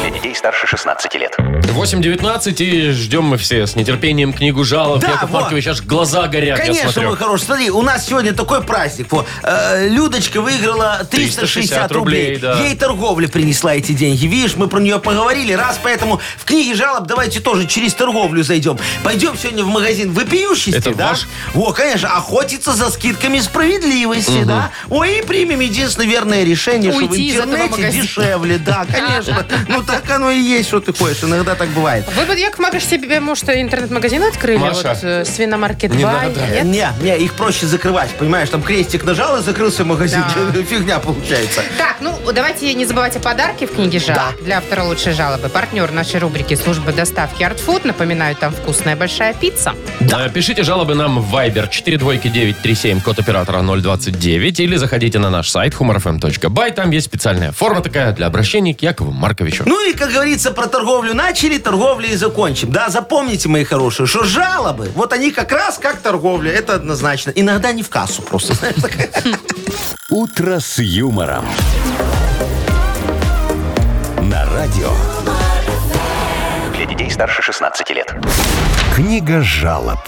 E: Для детей старше 16 лет.
B: 8.19 и ждем мы все с нетерпением книгу жалоб.
D: Да,
B: Яков
D: вот.
B: Маркович, аж глаза горят, я
D: Конечно,
B: смотрю.
D: мой хороший. Смотри, у нас сегодня такой праздник. Во, э, Людочка выиграла 360
B: 360
D: рублей.
B: рублей, да.
D: Ей торговля принесла эти деньги. Видишь, мы про нее поговорили раз, поэтому в книге жалоб давайте тоже через торговлю зайдем. Пойдем сегодня в магазин вопиющести,
B: Это
D: да?
B: ваш?
D: Во, конечно, охотиться за скидками справедливости, да? Ой, и примем единственное верное решение, что в
C: Уйти из этого
D: интернете
C: магазина.
D: дешевле. Да, конечно. Ну, так оно и есть, что ты хочешь. Иногда так бывает.
C: Вы бы, Яков Маркович, себе, может, интернет-магазин открыли?
B: Маша,
C: вот, э, свиномаркет
B: не
C: 2.
B: надо.
C: Нет?
D: Не, не, их проще закрывать, понимаешь, там крестик нажал и закрылся магазин.
C: Да.
D: Фигня получается.
C: Так, ну давайте не забывать о подарке в книге жалоб для автора лучшей жалобы. Партнер нашей рубрики служба доставки Art Food. Напоминаю, там вкусная большая пицца.
B: Э, Пишите жалобы нам в Viber 42937, код оператора 029, или заходите на наш сайт humorfm.by. Там есть специальная форма такая для обращений к Якову Марковичу.
D: Ну и, как говорится, про торговлю начали, торговли и закончим. Да, запомните, мои хорошие, что жалобы, вот они как раз как торговля, это однозначно. Иногда не в кассу просто, знаешь, такая.
A: «Утро с юмором». На радио.
E: Для детей старше 16 лет.
A: Книга жалоб.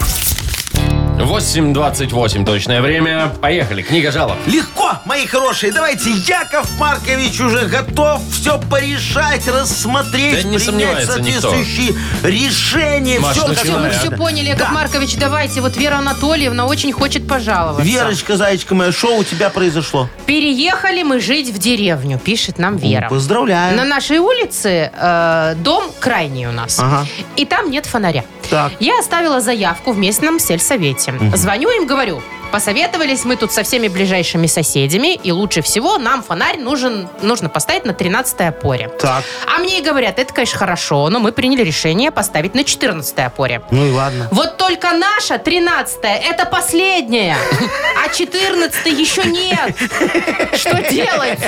B: 8.28 точное время. Поехали, книга жалоб.
D: Легко, мои хорошие, давайте, Яков Маркович уже готов все порешать,
B: Да
D: рассмотреть,
B: не
D: принять
B: сомневается никто.
D: соответствующие решения.
B: Маш,
D: Всё,
B: начинай,
D: как
C: Мы
B: а?
C: все
D: надо.
C: поняли, Яков Маркович, давайте. Вот Вера Анатольевна очень хочет пожаловаться.
D: Верочка, зайчка моя, что у тебя произошло?
C: Переехали мы жить в деревню, пишет нам Вера.
D: Поздравляю.
C: На нашей улице э, дом крайний у нас.
D: Ага.
C: И там нет фонаря.
D: Так.
C: Я оставила заявку в местном сельсовете. Звоню им, говорю, посоветовались мы тут со всеми ближайшими соседями, и лучше всего нам фонарь нужен, нужно поставить на 13-й опоре.
D: Так.
C: А мне и говорят, это, конечно, хорошо, но мы приняли решение поставить на 14-й опоре.
D: Ну и ладно.
C: Вот только наша, 13-я, это последняя, а 14-й еще нет. Что делать?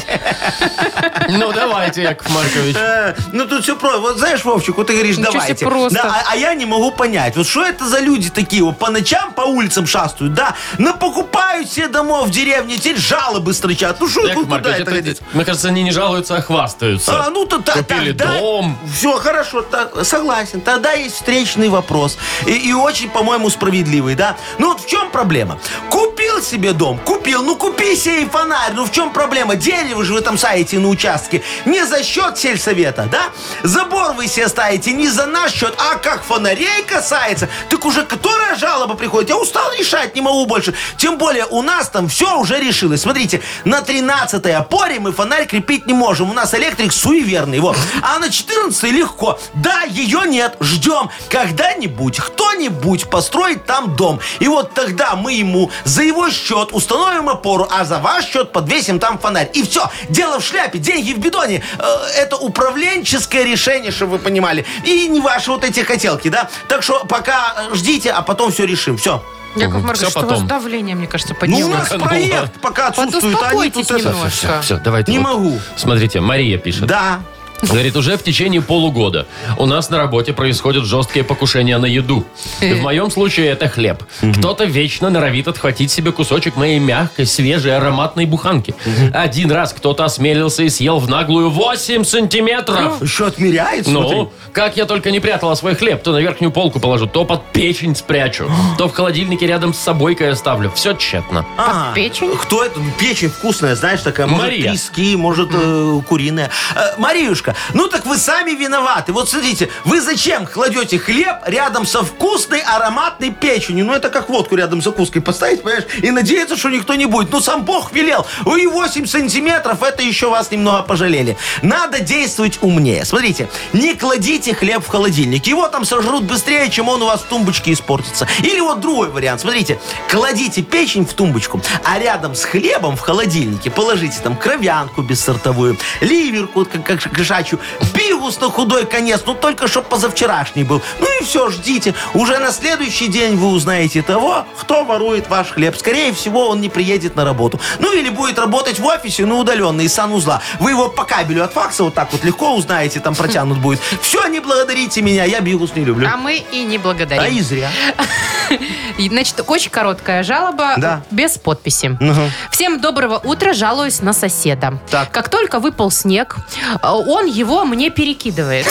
B: Ну, давайте, Яков Маркович.
D: Э, Ну тут все просто. Вот знаешь, Вовчик, вот ты говоришь,
C: Ничего себе
D: давайте.
C: просто.
D: Да, а, а я не могу понять, вот что это за люди такие, вот по ночам по улицам шастают, да, покупают все домов в деревне, теперь жалобы строчат. Ну что,
B: Яков
D: куда
B: Маркович,
D: это
B: это-
D: годится?
B: мне кажется, они не жалуются, а хвастаются.
D: А, ну то та-
B: Купили
D: тогда-
B: дом.
D: Все, хорошо, та- согласен. Тогда есть встречный вопрос. И, и очень, по-моему, справедливый, да? Ну вот в чем проблема? Купил купил себе дом? Купил. Ну купи себе и фонарь. Ну в чем проблема? Дерево же вы там саете на участке. Не за счет сельсовета, да? Забор вы себе ставите не за наш счет, а как фонарей касается. Так уже которая жалоба приходит? Я устал решать, не могу больше. Тем более у нас там все уже решилось. Смотрите, на 13 опоре мы фонарь крепить не можем. У нас электрик суеверный. Вот. А на 14 легко. Да, ее нет. Ждем. Когда-нибудь кто-нибудь построит там дом. И вот тогда мы ему за его счет установим опору, а за ваш счет подвесим там фонарь. И все. Дело в шляпе, деньги в бидоне. Э, Это управленческое решение, чтобы вы понимали. И не ваши вот эти хотелки, да? Так что пока э, ждите, а потом все решим. Все.
C: Яков
B: всё
C: Маркович, что у вас
B: потом.
C: давление, мне кажется,
D: Ну, у
C: поднялось.
D: нас
B: ну,
D: проект пока отсутствует. а они
C: Подуспокойтесь
D: тут это-
C: немножко.
B: Все, все, давайте.
D: Не
B: вот.
D: могу.
B: Смотрите, Мария пишет.
D: Да.
B: Говорит, уже в течение полугода у нас на работе происходят жесткие покушения на еду. В моем случае это хлеб. Кто-то вечно норовит отхватить себе кусочек моей мягкой, свежей, ароматной буханки. Один раз кто-то осмелился и съел в наглую 8 сантиметров.
D: Еще отмеряет, смотри.
B: Ну, как я только не прятала свой хлеб, то на верхнюю полку положу, то под печень спрячу, то в холодильнике рядом с собойкой оставлю. Все тщетно.
D: А,
C: печень?
D: Кто это? Ну, Печень вкусная, знаешь, такая. Может,
B: Мария.
D: трески, может, э, куриная. Э, Мариюшка, ну так вы сами виноваты. Вот смотрите, вы зачем кладете хлеб рядом со вкусной ароматной печенью? Ну это как водку рядом с закуской поставить, понимаешь, и надеяться, что никто не будет. Ну сам Бог велел. Ой, 8 сантиметров, это еще вас немного пожалели. Надо действовать умнее. Смотрите, не кладите хлеб в холодильник. Его там сожрут быстрее, чем он у вас в тумбочке испортится. Или вот другой вариант. Смотрите, кладите печень в тумбочку, а рядом с хлебом в холодильнике положите там кровянку бессортовую, ливерку, вот как, как кошачью, бигус на худой конец, ну только чтоб позавчерашний был. Ну и все, ждите. Уже на следующий день вы узнаете того, кто ворует ваш хлеб. Скорее всего, он не приедет на работу. Ну или будет работать в офисе, но удаленно, из санузла. Вы его по кабелю от факса вот так вот легко узнаете, там протянут будет. Все, не благодарите меня, я бигус не
B: Ну,
D: люблю.
C: А мы и не
D: А
C: благодарим.
D: и зря.
C: И, Значит, очень короткая жалоба,
D: Да.
C: без подписи.
B: Ну,
D: Мгм.
C: Всем доброго утра, жалуюсь на соседа.
D: Так.
C: Как только выпал снег, э, он его мне перекидывает.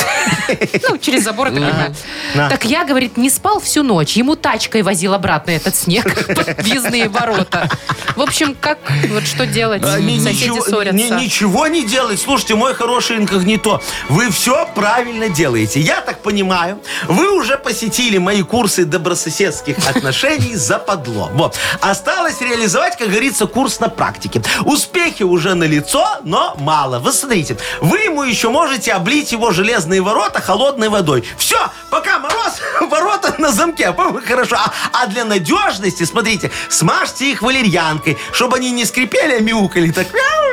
C: Ну, через забор, я так понимаю.
D: На.
C: Так я, говорит, не спал всю ночь. Ему тачкой возил обратно этот снег под въездные ворота. В общем, как, вот что делать?
D: А, ни-
C: Соседи
D: ни-
C: ссорятся.
D: ничего не делать. Слушайте, мой хороший инкогнито, вы все правильно делаете. Я так понимаю, вы уже посетили мои курсы добрососедских отношений за подло. Вот. Осталось реализовать, как говорится, курс на практике. Успехи уже налицо, но мало. Вы смотрите, вы ему еще можете облить его железные ворота холодной водой. Все, пока мороз, ворота на замке. По-моему, Хорошо. А, а для надежности, смотрите, смажьте их валерьянкой, чтобы они не скрипели, а мяукали. Так мяу,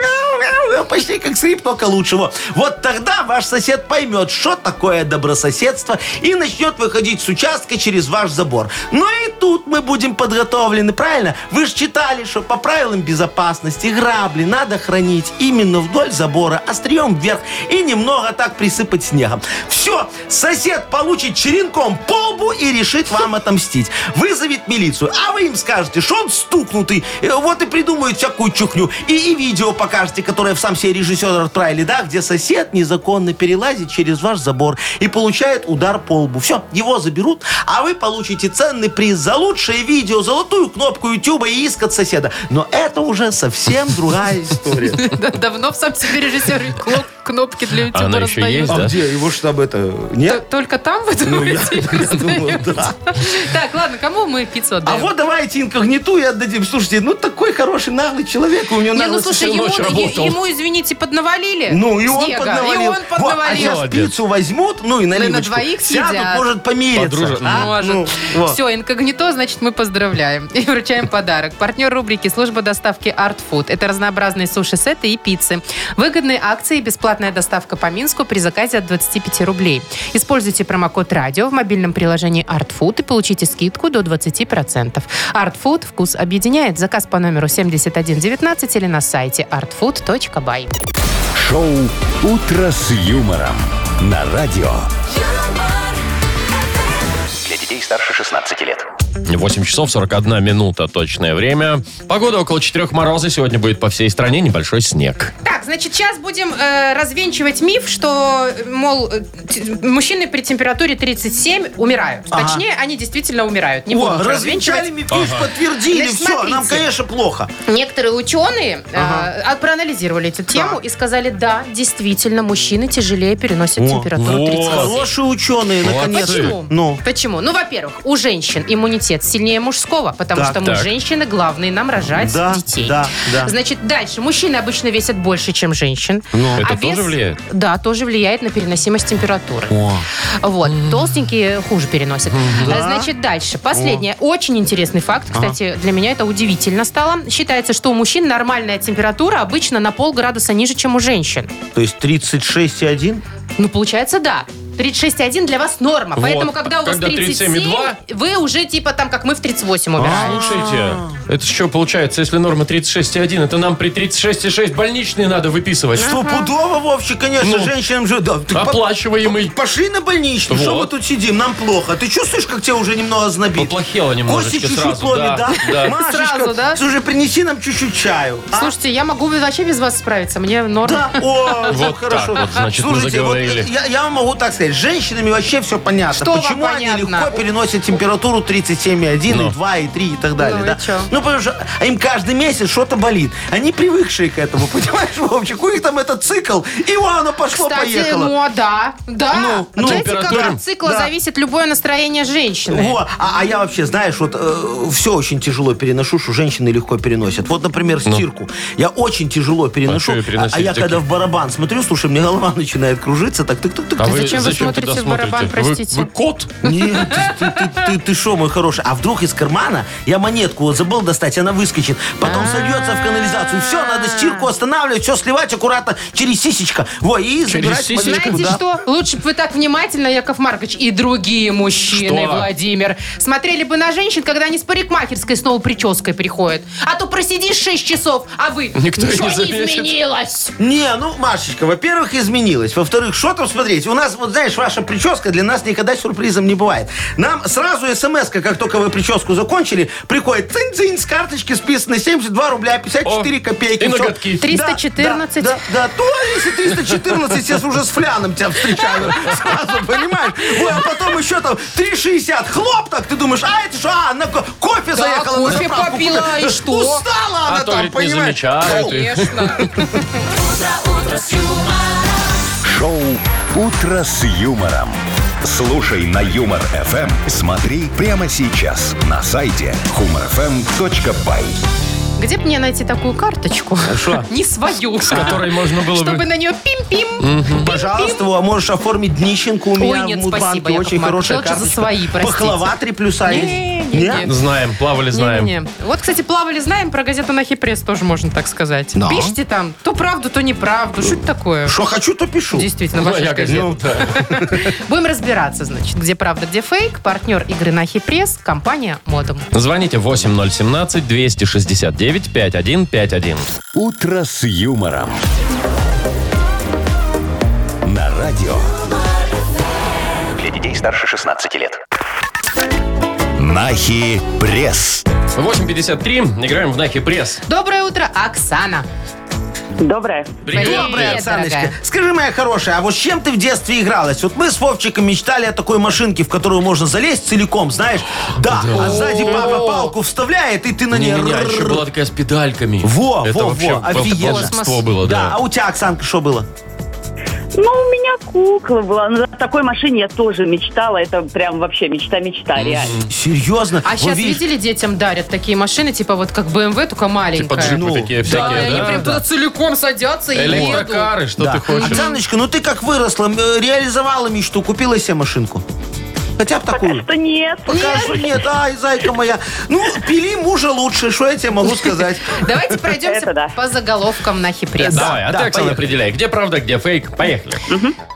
D: мяу, мяу, мяу, почти как скрип, только лучшего. Вот тогда ваш сосед поймет, что такое добрососедство и начнет выходить с участка через ваш забор. Ну и тут мы будем подготовлены, правильно? Вы же читали, что по правилам безопасности грабли надо хранить именно вдоль забора, острием вверх и немного так присыпать снегом. Все, сосед получит черенком по лбу и решит вам отомстить. Вызовет милицию, а вы им скажете, что он стукнутый. Э, Вот и придумают всякую чухню. И, и видео покажете, которое в сам себе режиссер отправили, да, где сосед незаконно перелазит через ваш забор и получает удар по лбу. Все, его заберут, а вы получите ценный приз за лучшее видео, золотую кнопку Ютуба и иск от соседа. Но это уже совсем другая история.
C: Да, Давно в сам себе режиссер кно- кнопки для
B: А
C: YouTube
B: она еще
C: раздает.
B: есть, да?
D: где? Его штаб это... Ну,
C: Т- Только там вы думаете? раздает?
D: да.
C: Так, ладно, кому мы пиццу
D: А
C: отдаем?
D: вот давайте инкогниту и отдадим. Слушайте, ну такой хороший наглый человек, у него
C: Не, ну
D: наглость
C: слушай,
D: всю
C: ему,
D: ночь
C: е-
D: работал.
C: ему, извините, поднавалили.
D: Ну, и он
C: снега,
D: поднавалил.
C: И он
D: Во, а
C: поднавалил.
D: сейчас пиццу возьмут, ну и
C: на
D: наливочку.
C: двоих
D: сядут,
C: съедят.
D: может, помириться.
B: Подружат.
D: а?
C: Может.
D: Ну, вот.
C: Все, инкогнито, значит, мы поздравляем и вручаем подарок. Партнер рубрики «Служба доставки Art Food». Это разнообразные суши-сеты и пиццы. Выгодные акции и бесплатная доставка по Минску при заказе от 25 рублей. Используйте промокод «Радио» в мобильном приложении Art Food и получите скидку до 20%. Art Food вкус объединяет. Заказ по номеру 7119 или на сайте artfood.by.
A: Шоу «Утро с юмором» на радио.
E: Для детей старше 16 лет.
B: 8 часов 41 минута точное время. Погода около 4 мороза. Сегодня будет по всей стране небольшой снег.
C: Так, Так, значит, сейчас будем э, развенчивать миф, что, мол, э, т- мужчины при температуре 37 умирают. Точнее, они действительно умирают. Не
D: О,
C: будут развенчивать.
D: развенчали, Микиш, подтвердили,
C: Значит,
D: все, нам,
C: смотрите.
D: конечно, плохо.
C: Некоторые ученые э, а- проанализировали эту тему и сказали, да, действительно, мужчины тяжелее переносят температуру
B: вот.
C: 37.
D: Хорошие ученые,
B: Молодцы.
D: наконец-то.
C: Почему?
D: Ну,
C: Почему? Ну, во-первых, у женщин иммунитет сильнее мужского, потому
D: Так,
C: что мы,
B: так.
C: женщины, главные нам рожать
D: Да,
C: детей.
D: да, да.
C: Значит, дальше. Мужчины обычно весят больше, чем женщин.
B: Это тоже влияет?
C: А Да, тоже влияет на переносимость температуры. Вот. Толстенькие хуже переносят. А, Значит, дальше. Последнее. Очень интересный факт. Кстати, для меня это удивительно стало. Считается, что у мужчин нормальная температура обычно на полградуса ниже, чем у женщин.
D: то есть 36,1?
C: Ну, получается, да. 36,1 для вас норма.
B: Вот.
C: Поэтому, когда у вас
B: Когда
C: 37,
B: 37,2,
C: вы уже типа там, как мы, в 38 умираем.
B: А, Слушайте, это что получается, если норма 36,1, это нам при 36,6 больничные надо выписывать.
D: Стопудово, Вовчик, конечно,
B: Ну.
D: женщинам же... Да, ты по-
B: Оплачиваемый.
D: Пошли на больничный, что
B: Вот.
D: мы тут сидим, нам плохо. Ты чувствуешь, как тебя уже немного знобит?
B: Поплохело немножечко
D: Кости чуть-чуть
B: сразу,
D: ломит,
B: да,
D: да?
B: да.
D: Машечка,
C: Сразу, да?
D: слушай, принеси нам чуть-чуть чаю. а?
C: Слушайте, я могу вообще без вас справиться. Мне норма.
D: Да, о,
B: Вот
D: вот хорошо.
B: так вот, значит, мы
D: Слушайте, вот
B: заговорили.
D: я, я вам могу так сказать, с женщинами вообще все понятно.
C: Что вам
D: Почему они
C: понятно?
D: легко переносят температуру 37,1,
B: Ну.
D: и 2, и 3 и так далее.
C: Ну и
D: да?
C: чё?
D: ну потому что им каждый месяц что-то болит. Они привыкшие к этому, понимаешь, Вовчик? У них там этот цикл, и вон оно
C: Кстати,
D: пошло-поехало.
C: ну, да. Да.
D: Ну, ну,
C: Знаете, как
B: температура.
C: от цикла
D: Да.
C: зависит любое настроение женщины.
D: Во, а, а я вообще, знаешь, вот все очень тяжело переношу, что женщины легко переносят. Вот, например, стирку. Я очень тяжело переношу,
B: Ну. А чё её
D: а,
B: переносить,
D: я
B: Дики?
D: когда в барабан смотрю, слушай, мне голова начинает кружиться, так тык-тык-тык.
B: А
C: зачем вы смотрите
B: туда
C: в барабан,
B: смотрите? Вы-
C: простите?
B: Вы кот?
D: Нет, ты- ты- ты- ты- ты что, мой хороший? А вдруг из кармана я монетку вот забыл достать, она выскочит, потом сольется в канализацию. Все, надо стирку останавливать, все сливать аккуратно через сисечка. Во, и забирать
B: сисечку,
D: монетку,
C: Знаете
D: да.
C: что? Лучше бы вы так внимательно, Яков Маркович, и другие мужчины,
B: Что?
C: Владимир, смотрели бы на женщин, когда они с парикмахерской с новой прической приходят. А то просидишь 6 часов, а вы
B: Никто и не
C: ничего не,
B: заметит.
C: изменилось.
D: Не, ну, Машечка, во-первых, изменилась. Во-вторых, что там смотреть? У нас, вот знаешь, ваша прическа для нас никогда сюрпризом не бывает. Нам сразу смс как только вы прическу закончили, приходит цинь-цинь, с карточки списано 72 рубля 54
B: О,
D: копейки.
B: и
D: Всё.
B: ноготки.
C: 314.
D: Да, да, да, то если 314, сейчас уже с фляном тебя встречают. Сразу, понимаешь? Ой, а потом еще там 360. Хлоп так, ты думаешь, а это что? А, она ко- кофе заехала на
C: кофе
D: заправку.
C: попила, и что?
D: Устала она
B: А то,
D: там,
B: говорит, не
D: понимаешь?
B: замечают. и-
A: Шоу «Утро с юмором». Слушай на Юмор ФМ. Смотри прямо сейчас на сайте humorfm.by.
C: Где бы мне найти такую карточку?
B: А
C: Не свою. С
B: Который можно было
C: Чтобы
B: бы...
C: на нее пим-пим.
D: Пожалуйста, Вова, можешь оформить днищенку у меня
C: нет,
D: в Мудбанке.
C: спасибо, Яков
D: Очень
C: Маркович.
D: хорошая
C: Лучше за
D: карточка.
C: свои, простите.
D: Пахлава три плюса есть.
C: Не-не-не.
D: Нет?
B: Знаем, плавали, знаем.
C: Не-не-не. Вот, кстати, плавали, знаем, про газету «Нахи Пресс» тоже можно так сказать.
D: Да.
C: Пишите там то правду, то неправду. Что это такое?
D: Что хочу, то пишу.
C: Действительно,
B: Ну,
C: ваша
B: я
C: ж газета.
B: газету.
C: Будем разбираться, значит, где правда, где фейк. Партнер игры на Пресс, компания Модом.
B: Звоните 8017-269-5151.
A: «Утро с юмором». На радио.
E: Для детей старше 16 лет.
A: Нахи пресс.
B: 8.53. Играем в Нахи Пресс.
C: Доброе утро, Оксана.
G: Доброе.
D: Доброе, Оксаночка.
C: дорогая.
D: Скажи, моя хорошая, а вот с чем ты в детстве игралась? Вот мы с Вовчиком мечтали о такой машинке, в которую можно залезть целиком, знаешь? Да, а сзади папа палку вставляет, и ты на ней...
B: Не, не, не, а еще
D: рррр.
B: была такая с педальками.
D: Во,
B: это
D: во,
B: вообще
D: во,
B: баб-
D: офигенно.
B: волшебство было,
D: Да, а
B: да.
D: у тебя, Оксанка, что было?
G: Ну, у меня кукла была. Ну, о такой машине я тоже мечтала. Это прям вообще мечта-мечта, реально.
D: Серьезно?
C: А
D: Вот
C: сейчас
D: видишь,
C: видели, детям дарят такие машины, типа вот как BMW, только
B: Типа
C: маленькая.
B: джипы
D: Ну,
B: такие
C: да, и
B: всякие,
C: они
B: да?
C: прям туда целиком садятся и едут.
B: Электрокары, что
D: Да.
B: ты хочешь?
D: Оксаночка, ну ты как выросла, м, э, реализовала мечту, купила себе машинку. Хотя бы такую.
G: Что нет.
D: Пока что нет, ай, зайка моя. Ну, пили мужа лучше, что я тебе могу сказать.
C: Давайте пройдемся
G: Это да.
C: по заголовкам на Пресс.
B: Давай, а
D: да,
B: ты, Оксана,
D: поехали.
B: определяй, где правда, где фейк. Поехали.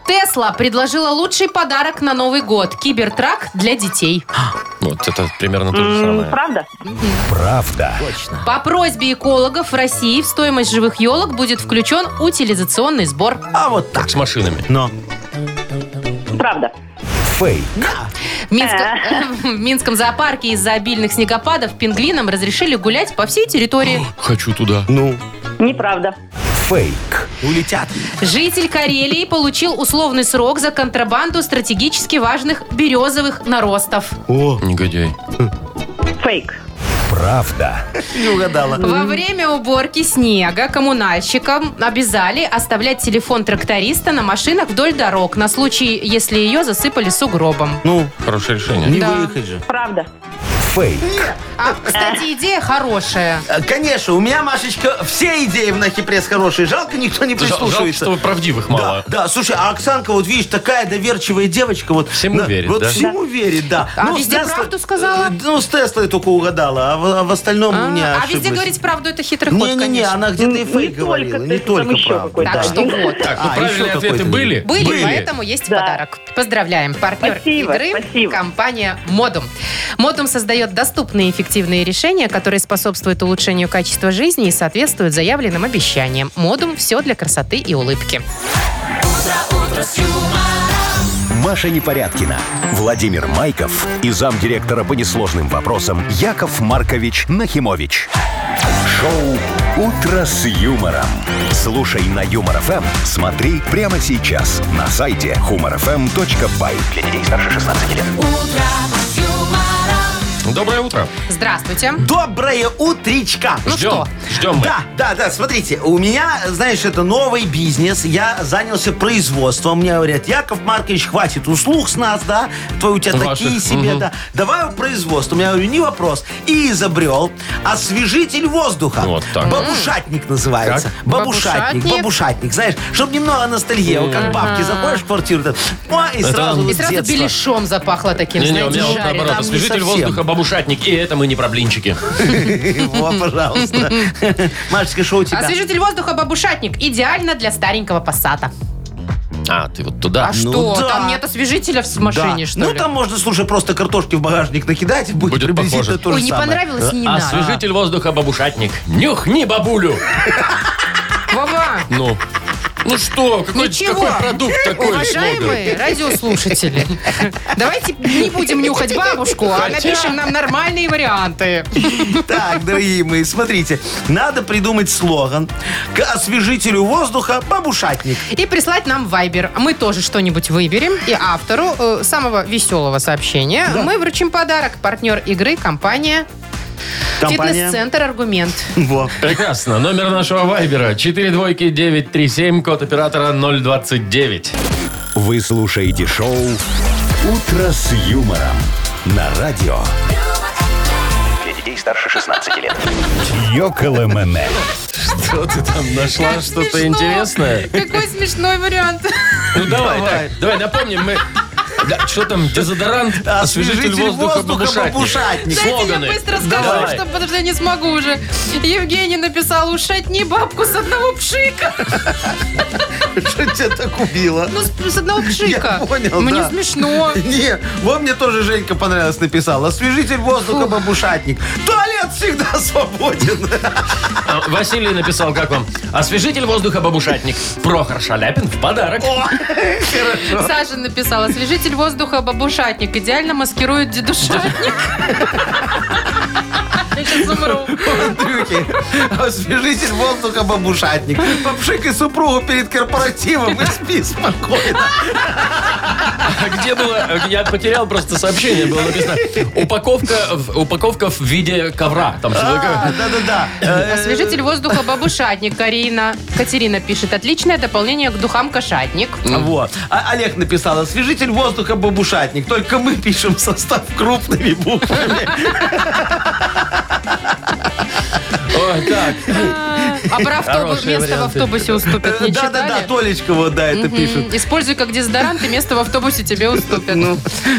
C: Тесла предложила лучший подарок на Новый год. Кибертрак для детей.
B: Вот это примерно то же
G: М,
B: самое.
G: Правда?
A: Правда.
C: По просьбе экологов в России в стоимость живых елок будет включен утилизационный сбор.
D: А вот так.
B: Как с машинами.
D: Но.
G: Правда.
A: Фейк.
C: В, Минска- в Минском зоопарке из-за обильных снегопадов пингвинам разрешили гулять по всей территории.
B: Хочу туда.
D: Ну.
G: Неправда.
A: Фейк.
D: Улетят.
C: Житель Карелии получил условный срок за контрабанду стратегически важных березовых наростов.
B: Негодяй.
G: Фейк.
A: Правда.
D: Не угадала.
C: Во время уборки снега коммунальщикам обязали оставлять телефон тракториста на машинах вдоль дорог на случай, если ее засыпали сугробом.
D: Ну,
B: Хорошее решение.
D: не
C: Да.
D: выехать же.
G: Правда.
A: Фейк.
C: А, кстати, идея хорошая.
D: Э, Конечно, у меня, Машечка, все идеи в Нахи Пресс хорошие. Жалко, никто не
B: Жал- Жалко,
D: прислушивается.
B: что правдивых мало.
D: Да, да, слушай, а Оксанка, вот видишь, такая доверчивая девочка. Вот,
B: Всему
D: на-
B: верит,
D: вот
B: да?
D: всему верит, да.
C: А
D: с
C: везде правду сказала?
D: э, Ну, с Теслой только угадала, а в, а в остальном у
C: А,
D: меня
C: а везде говорить правду это хитрый ход,
D: Не-не-не,
C: конечно.
D: она где-то и
G: Ну, Не
D: фейк
G: только
D: говорила, не
G: Тесла, там
D: только
G: еще
D: правду.
G: какой-то
D: да.
C: Так что вот.
D: Так, ну
B: А,
D: правильные
B: еще
D: ответы
B: какой-то
D: были?
B: был.
C: Были,
B: Были.
C: поэтому есть
G: Да.
C: подарок. Поздравляем. Партнер
G: Спасибо,
C: игры
G: спасибо.
C: компания Модум. Модум создает доступные и эффективные решения, которые способствуют улучшению качества жизни и соответствуют заявленным обещаниям. Модум все для красоты и улыбки.
A: Маша Непорядкина, Владимир Майков и замдиректора по несложным вопросам Яков Маркович Нахимович. Шоу «Утро с юмором». Слушай на Юмор ФМ, смотри прямо сейчас на сайте humorfm.by.
E: Для детей старше 16 лет.
B: Доброе утро.
C: Здравствуйте.
D: Доброе утречка.
C: Ну
B: Ждем.
C: что?
B: Ждем мы.
D: Да, да, да, смотрите, у меня, знаешь, это новый бизнес, я занялся производством, мне говорят, Яков Маркович, хватит услуг с нас, да, твои у тебя
B: Ваших,
D: такие себе,
B: мгм.
D: да, давай производство, я говорю, не вопрос, и изобрел освежитель воздуха,
B: Вот так.
D: бабушатник называется, бабушатник,
C: Бабушатник?
D: бабушатник, знаешь, чтобы немного ностальгии, вот как бабки, заходишь в квартиру, так, о, и сразу
B: он.
D: вот
C: И сразу
D: детство.
C: беляшом запахло таким,
B: Не-не, у
C: знаете,
B: меня вот
C: жареным.
B: наоборот.
D: там не
B: Освежитель
D: совсем.
B: воздуха, бабушатник. И это мы не про блинчики.
D: Во, пожалуйста. Машечка, что у тебя?
C: Освежитель воздуха бабушатник идеально для старенького пассата.
B: А, ты вот туда.
C: А что?
D: Ну да.
C: Там нет освежителя в
D: Да.
C: машине, что
D: ну,
C: ли?
D: там можно, слушай, просто картошки в багажник накидать, и будет,
B: Будет
D: приблизительно
B: похоже.
D: то же
C: Ой, не
D: самое. А
C: понравилось, не надо.
B: А Освежитель воздуха, бабушатник. Нюхни бабулю.
C: Вова,
B: Ну. Ну что, какой,
C: Ничего.
B: какой продукт такой? модный?
C: Уважаемые радиослушатели, давайте не будем нюхать бабушку, а напишем нам нормальные варианты.
D: Так, дорогие мои, смотрите, надо придумать слоган к освежителю воздуха бабушатник.
C: И прислать нам вайбер. Мы тоже что-нибудь выберем. И автору э, самого веселого сообщения мы вручим подарок. Партнер игры компания, Фитнес-центр «Аргумент».
D: Во.
B: Прекрасно. Номер нашего вайбера 42937, код оператора 029.
A: Вы слушаете шоу «Утро с юмором» на радио
E: Для детей старше 16 лет.
A: «Йоколэмэне».
B: Что ты там нашла? А Что-то
C: Смешно.
B: интересное?
C: Какой смешной вариант.
B: Ну давай, так, давай напомним, мы... Да, что там, дезодорант, освежитель воздуха, бабушатник.
D: бабушатник.
C: Дайте я
B: Слоганы.
C: быстро скажу,
B: Давай.
C: что потому что я не смогу уже. Евгений написал «Ушатни бабку с одного пшика».
D: Что тебя так убило?
C: Ну, с, с одного пшика.
D: Я понял,
C: Мне
D: да.
C: смешно.
D: Не, вот мне тоже Женька понравилось написал. Освежитель воздуха бабушатник. Туалет всегда свободен.
B: А, Василий написал, как вам? Освежитель воздуха, бабушатник. Прохор Шаляпин в подарок.
C: Саша написала, освежитель воздуха бабушатник идеально маскирует дедушатник. Я сейчас умру.
D: Андрюхи, освежитель воздуха бабушатник. Попшикай супругу перед корпоративом и спи спокойно.
B: А где было? Я потерял просто сообщение. Было написано упаковка, в- упаковка в виде ковра. Там что-то такое.
D: А, Да-да-да. Э,
C: Освежитель воздуха бабушатник. Карина. Катерина пишет, отличное дополнение к духам кошатник.
D: Вот. А Олег написал, освежитель воздуха бабушатник. Только мы пишем состав крупными буквами.
B: Ой, так.
C: А про автобус
B: Хорошие
C: место в
B: варианты.
C: автобусе уступят. Не
D: Да-да-да,
C: читали?
D: Толечка вот, да, это пишет.
C: М, Используй как дезодорант, и место в автобусе тебе уступят.
D: Ну,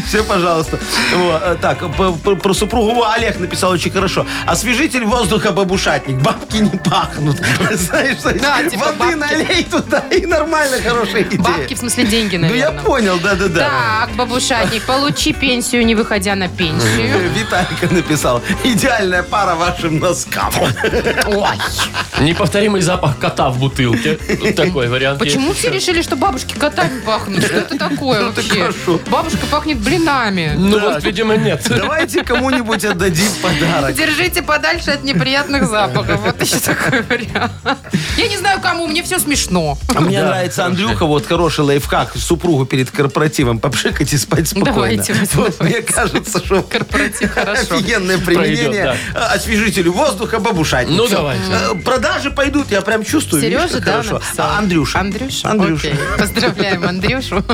D: Все, пожалуйста. Вот, э, Так, п- п- про супругу Во, Олег написал очень хорошо. Освежитель воздуха бабушатник. Бабки не пахнут. Знаешь, что
C: Да, типа бабки.
D: воды налей туда и нормально, хорошая идея.
C: Бабки, в смысле, деньги,
D: Ну я
C: наверное.
D: понял, да-да-да.
C: Так, бабушатник, получи пенсию, не выходя на пенсию.
D: Виталика Э, написал. Идеальная пара вашим носкам.
C: Ой,
B: Неповторимый запах кота в бутылке. Вот Такой вариант есть.
C: почему все решили, что бабушки котами пахнут? Что это такое вообще?
D: хорошо.
C: Бабушка пахнет блинами.
B: Ну вот, видимо, нет.
D: Давайте кому-нибудь отдадим подарок.
C: Держите подальше от неприятных запахов. Вот еще такой вариант. Я не знаю, кому, мне все смешно.
D: А Мне нравится Андрюха, вот хороший лайфхак, супругу перед корпоративом попшикать и спать спокойно.
C: Давайте,
D: Вот
C: давайте.
D: мне кажется, что
C: Корпоратив хорошо.
D: офигенное применение
B: Пройдет,
D: э, освежителю воздуха бабушатник.
B: Ну,
D: Всё.
B: давайте.
D: Э, Продажи пойдут, я прям чувствую. видишь,
C: Сережа,
D: как
C: да,
D: хорошо.
C: написал?
D: А, Андрюша.
C: Андрюша.
D: Андрюша.
C: Окей. Поздравляем Андрюшу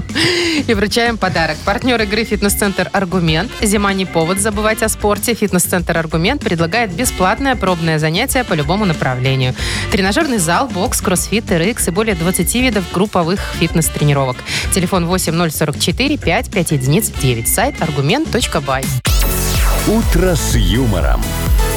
C: и вручаем подарок. Партнер игры «Фитнес-центр Аргумент». Зима не повод забывать о спорте. «Фитнес-центр Аргумент» предлагает бесплатное пробное занятие по любому направлению. Тренажерный зал, бокс, кроссфит, РХ и более 20 видов групповых фитнес-тренировок. Телефон 8044 5 5 единиц 9. Сайт аргумент.бай.
A: «Утро с юмором»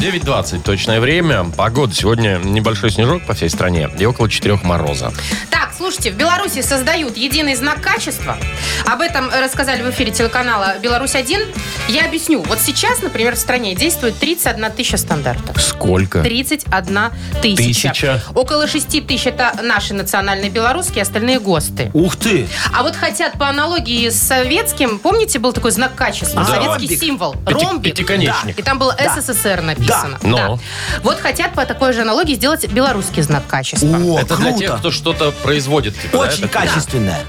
B: 9.20 точное время. Погода сегодня небольшой снежок по всей стране и около 4 мороза.
C: Так, слушайте, в Беларуси создают единый знак качества. Об этом э, рассказали в эфире телеканала «Беларусь-1». Я объясню. Вот сейчас, например, в стране действует 31 тысяча стандартов.
B: Сколько?
C: 31 тысяча.
B: Тысяча.
C: Около 6 тысяч это наши национальные белорусские, остальные ГОСТы.
D: Ух ты!
C: А вот хотят по аналогии с советским, помните, был такой знак качества,
D: Да.
C: советский
D: Ромбик.
C: символ,
B: Пяти-
C: ромбик.
B: пятиконечник.
C: Да. И там было СССР написано.
B: Да.
C: Да.
B: Но.
C: Вот хотят по такой же аналогии сделать белорусский знак качества.
D: О,
B: Это для тех,
D: круто!
B: кто что-то производит. типа, да,
D: Очень
B: это-
D: качественное.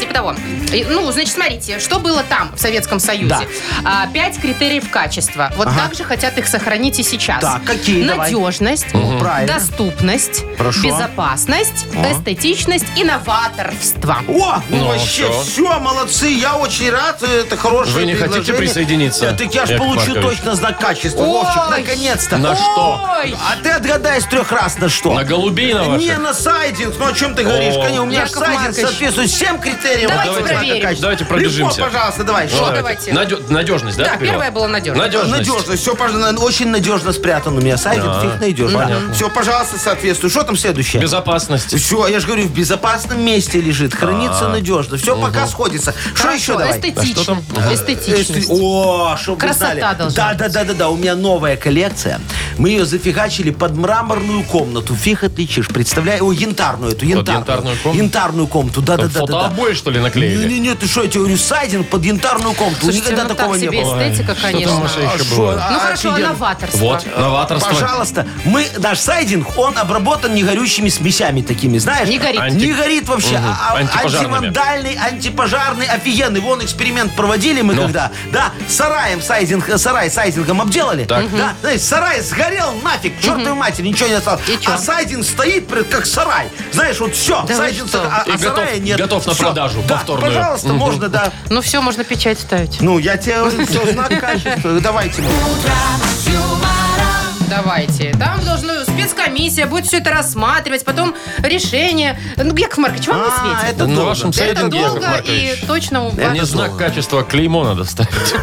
C: Типа того. И, Ну, значит, смотрите, что было там, в Советском Союзе.
D: Да.
C: А, Пять критериев качества. Вот так же хотят их сохранить и сейчас.
D: Так, какие? Давай.
C: Надежность,
D: Мгм. Правильно.
C: доступность,
D: Хорошо.
C: безопасность, эстетичность и новаторство.
D: О, ну,
B: Ну,
D: вообще,
B: всё.
D: все. молодцы, я очень рад, это хорошее
B: Вы не хотите
D: предложение.
B: присоединиться,
D: Э, Так я ж
B: Яков
D: получу
B: Маркович?
D: точно знак качества,
C: Ой.
D: Вовчик, наконец-то.
B: На что?
C: Ой!
D: А ты отгадай с трех раз на что?
B: На голубей на ваших?
D: Не на сайдинг, ну о чем ты говоришь?
B: О.
D: Конечно, у меня ж
C: Яков
D: сайдинг
C: Маркович.
D: соответствует всем критериям.
C: Давайте
D: вот этого знака
C: проверим.
D: качества.
B: Давайте пробежимся.
D: Легко, пожалуйста, давай.
B: Ну,
D: Что?
C: давайте.
B: Надё- Надежность, да?
C: Да,
B: ты перевела?
C: первая была надежная.
B: Надежность.
D: Надежно, все, пожалуйста, очень надежно спрятан у меня сайдинг,
B: Да.
D: ты их найдешь.
B: Понятно.
D: Все, пожалуйста, соответствует. Что там следующее?
B: Безопасность.
D: Все, я же говорю, в безопасном месте лежит, хранится надежно. Все пока сходится. Что еще давай?
B: А что
C: Эстетично.
B: там?
D: Эстет-
C: Эстетичность.
D: О, чтобы
C: Красота
D: вы знали.
C: должна
D: Да, да, да, да, да. У меня новая коллекция. Мы ее зафигачили под мраморную комнату. Фиг отличишь. Представляю, о, янтарную эту, янтарную.
B: янтарную комнату?
D: Янтарную комнату, да, да,
B: Там
D: да, да, да.
B: Фотообои, что ли,
D: Не,
B: наклеили?
D: не, не, ты что, я тебе говорю, сайдинг под янтарную комнату.
C: Слушайте,
D: Никогда
C: ну
D: такого
C: так
D: не
C: себе
D: было.
C: эстетика, конечно.
B: там вообще еще
D: шо,
B: было?
D: а,
C: Ну хорошо, а
D: офигенно.
C: новаторство.
B: Вот, новаторство.
D: Пожалуйста, мы, наш сайдинг, он обработан негорючими смесями такими, знаешь?
C: Не горит.
B: Анти-
D: Не горит вообще.
B: Мгм.
D: а- а-
B: Антипожарными.
D: антивандальный, антипожарный, офигенный. Вон эксперимент проводили мы
B: Ну.
D: когда. Да, сараем сайдинг, э, сарай сайдингом обделали.
B: Так.
D: Да, знаешь, сарай сгорел нафиг, чертовой матери, ничего не осталось.
C: И чё?
D: А сайдинг стоит, пред- как сарай. Знаешь, вот все,
C: Да вы
D: сайдинг,
C: что?
D: а,
B: И
D: а
B: готов-
D: сарая нет.
B: готов на
D: Всё.
B: продажу
D: Да,
B: повторную.
D: пожалуйста,
B: Мгм.
D: можно, да.
C: Ну все, можно печать ставить.
D: Ну, я тебе все знак качества. Давайте.
C: Давайте. Там должна спецкомиссия будет все это рассматривать, потом решение. Ну, Яков Маркович, вам не
D: А,
C: светит.
D: это
B: На
D: долго.
B: вашем
D: Это
B: сайдинге,
D: долго.
B: Яков
C: долго и
B: Маркович.
C: точно у вас.
B: Мне знак качества клеймо надо ставить.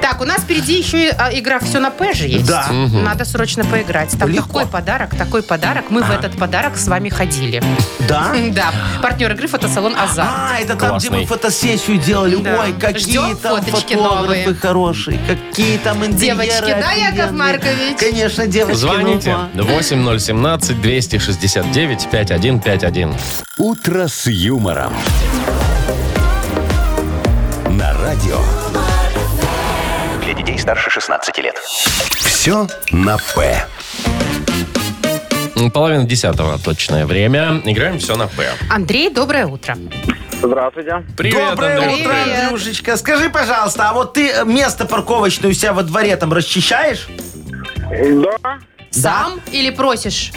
C: Так, у нас впереди еще и, а, игра «Все на П» же есть.
D: Да.
C: Надо срочно поиграть. Там
D: Легко.
C: такой подарок, такой подарок. Мы в этот подарок с вами ходили.
D: Да?
C: Да. Партнер игры «Фотосалон Азар».
D: А, это там, где
B: Классный.
D: мы фотосессию делали.
C: Да.
D: Ой, какие
C: Ждем
D: там
C: фоточки
D: фотографы
C: новые.
D: хорошие, какие там интерьеры.
C: Девочки, да, Яков
D: офигенные.
C: Маркович?
D: Конечно, девочки.
B: Звоните
D: ну, а.
B: 8017-269-5151.
A: «Утро с юмором». На радио.
E: Для детей старше 16 лет.
A: Все на «П».
B: Ну, Половина десятого точное время. Играем все на П.
C: Андрей, доброе утро.
F: Здравствуйте.
B: Привет,
D: Доброе
B: Андрюш,
D: утро,
B: привет.
D: Андрюшечка. Скажи, пожалуйста, а вот ты э, место парковочное у себя во дворе там расчищаешь?
F: Да.
C: Сам или просишь?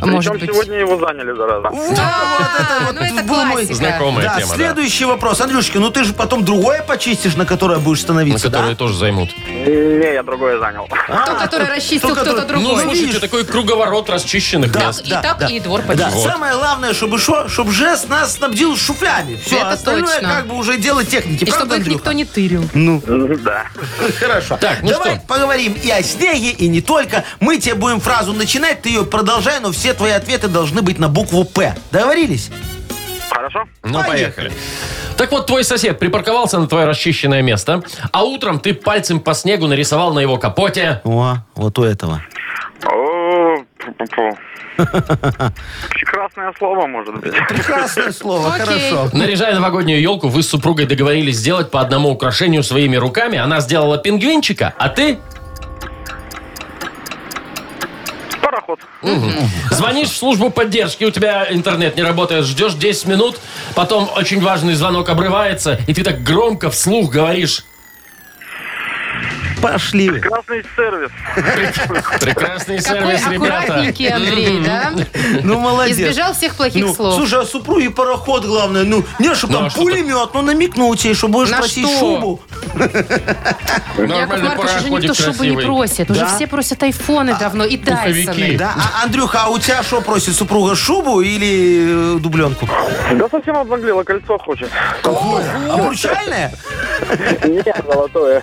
C: Может
F: Причем
C: быть.
F: сегодня его заняли, зараза.
D: Вот, вот это
C: А,
D: вот
C: ну это
D: был мой-
C: классика.
B: Знакомая
D: Да,
B: тема, да.
D: следующий вопрос. Андрюшечка, ну ты же потом другое почистишь, на которое будешь
B: На
D: становиться,
B: которые тоже займут.
F: Не, я другое занял.
D: да?
C: Кто,
D: А,
C: который расчистил,
D: тот, который-
C: кто-то
B: Ну,
C: другой.
B: слушайте, такой круговорот расчищенных
D: Да.
B: мест.
C: и так, и двор
D: Да,
C: почистил.
D: самое главное, чтобы шо, чтобы жест нас снабдил шуплями. Все,
C: Это
D: остальное
C: точно.
D: как бы уже дело техники.
C: И
D: Правда,
C: чтобы их
D: Андрюха?
C: никто не тырил.
F: Да.
D: Хорошо.
B: Так, ну
D: Давай
B: что?
D: поговорим и о снеге, и не только. Мы тебе будем фразу начинать, ты ее продолжай, но все твои ответы должны быть на букву «П». Договорились?
F: Хорошо?
B: Ну,
D: Поехали.
B: поехали. Так вот, твой сосед припарковался на твое расчищенное место, а утром ты пальцем по снегу нарисовал на его капоте...
D: О, вот у этого.
F: О, пу-пу-пу. Прекрасное слово, может быть.
D: Прекрасное слово,
C: Окей.
D: хорошо.
B: Наряжая новогоднюю елку, вы с супругой договорились сделать по одному украшению своими руками. Она сделала пингвинчика, а ты
F: Пароход.
B: звонишь в службу поддержки, у тебя интернет не работает, ждешь 10 минут, потом очень важный звонок обрывается, и ты так громко вслух говоришь
D: Пошли вы.
F: Красный сервис.
B: «Прекрасный
C: Какой
B: сервис, ребята».
C: аккуратненький Андрей, да?
D: Ну, молодец.
C: Избежал всех плохих
D: Ну,
C: слов.
D: Слушай, а супруги пароход, главное, ну, не, чтобы
B: Ну,
D: там
B: а что
D: пулемет, ну, намекнул тебе, что будешь
C: На
D: просить
C: что?
D: шубу.
C: Яков
B: Нормальный
C: Маркович уже
B: пароходик
C: никто шубы не
B: красивый.
C: просит. Уже все просят айфоны
D: А,
C: давно и
B: пуховики.
C: Дайсоны.
D: Да, а, Андрюха, а у тебя что просит супруга, шубу или э, дубленку?
F: Да совсем обнаглело, кольцо хочет.
D: Какое? Обручальное?
F: Нет, золотое.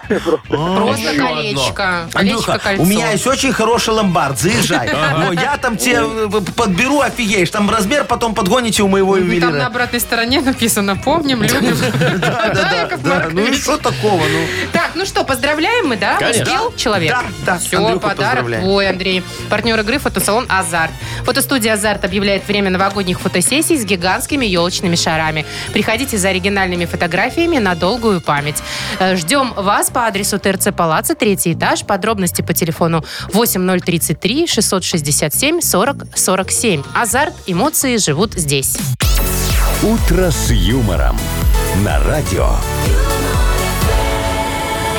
D: Ну,
C: Просто
B: Еще
C: колечко. Колечко
D: Андрюха,
C: кольцо.
D: у меня есть очень хороший ломбард, заезжай. Во, Я там тебе э, подберу, офигеешь. Там размер потом подгоните у моего
C: И Там на
D: ювелира.
C: обратной стороне написано «Помним, любим». Да, Яков
D: Да, ну и
C: Маркович?
D: что такого, ну?
C: Так, ну что, поздравляем мы, да?
B: Конечно.
C: Успел человек?
D: Да, да,
C: Все,
D: Андрюху
C: подарок
D: поздравляем.
C: твой, Андрей. Партнер игры фотосалон «Азарт». Фотостудия «Азарт» объявляет время новогодних фотосессий с гигантскими елочными шарами. Приходите за оригинальными фотографиями на долгую память. Э, Ждем вас по адресу ТРЦ Палаца, третий этаж. Подробности по телефону 8033 667 40 47. «Азарт» эмоции живут здесь.
A: «Утро с юмором» на радио.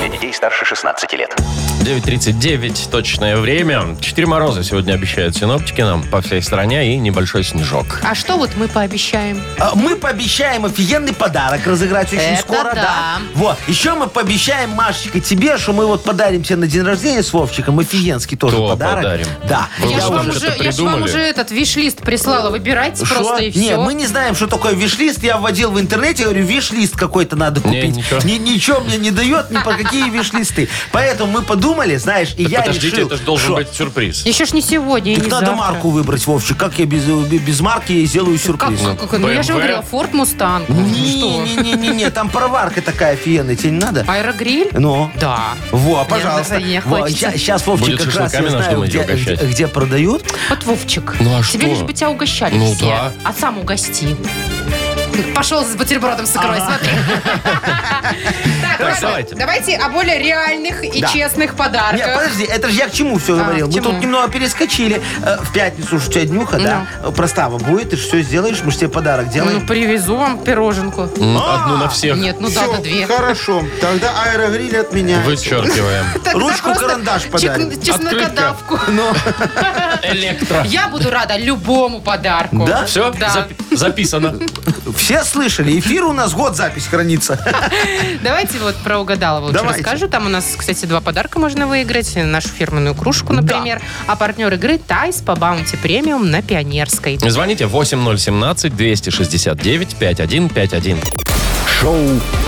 E: Для детей старше 16 лет.
B: 9.39 точное время. Четыре мороза сегодня обещают синоптики нам по всей стране и небольшой снежок.
C: А что вот мы пообещаем?
D: А, Мы пообещаем офигенный подарок разыграть очень
C: Это
D: скоро,
C: да.
D: Вот. Еще мы пообещаем, Машечка, тебе, что мы вот подарим тебе на день рождения с Вовчиком офигенский тоже
B: То
D: подарок.
B: подарим.
D: Да.
B: Ну, Вы
C: Я
B: уже
C: же вам
B: вот
C: уже,
B: это
C: я ж вам
B: придумали.
C: уже этот виш-лист прислала. Выбирайте
D: Шо?
C: просто и все.
D: Не, мы не знаем, что такое виш-лист. Я вводил в интернете, говорю, виш-лист какой-то надо
B: Не,
D: купить.
B: ничего.
D: Ни- ничего мне не дает, ни по какие виш-листы. Поэтому мы подумали, знаешь, и я
B: Подождите,
D: решил,
B: это же должен
D: что
B: быть сюрприз.
C: Еще ж не сегодня и
D: так
C: не
D: надо
C: завтра.
D: марку выбрать, Вовчик. Как я без, без марки я сделаю
C: Как,
D: сюрприз?
C: как- как- ну я же
B: BMW?
C: говорила, Форд Мустанг. Ну что?
D: Не-не-не, там проварка такая офигенная, тебе не надо?
C: Аэрогриль?
D: Ну?
C: Да.
D: Во,
C: Мне
D: пожалуйста.
C: даже не хочется.
D: сейчас, Вовчик,
B: Будет
D: как раз я
B: шашлыками нас
D: знаю,
B: думаете
D: где,
B: угощать?
D: где- где продают.
C: Вот Вовчик.
B: Ну а
C: Тебе
B: что?
C: лишь бы тебя угощали
B: Ну
C: все.
B: да.
C: А сам угости. Пошел с бутербродом с икрой, смотри. Так, ладно,
B: давайте.
C: давайте о более реальных и
D: Да.
C: честных
D: Нет,
C: подарках.
D: подожди, это же я к чему все
C: А,
D: говорил.
C: к
D: Мы
C: чему?
D: тут немного перескочили. Э, В пятницу уж у тебя днюха, да? Э, Простава будет, ты же все сделаешь, мы же тебе подарок
C: Ну,
D: делаем.
C: привезу вам пироженку.
D: Ну,
B: М, Одну на всех
C: Нет, ну да, на две.
D: хорошо. Тогда аэрогриль от меня.
B: вычеркиваем.
C: Тогда
D: Ручку,
C: просто
D: карандаш
C: чек-
D: подарим.
C: Чеснокодавку.
B: Электро.
C: Я буду рада любому подарку.
D: Да?
B: Все?
C: Да.
B: записано.
D: Все слышали, эфир у нас год запись хранится.
C: Давайте вот про угадалово лучше
D: Давайте.
C: расскажу. Там у нас, кстати, два подарка можно выиграть. Нашу фирменную кружку, например. А партнер игры Тайс по баунти премиум на Пионерской.
B: Звоните 8017-269-5151.
A: Шоу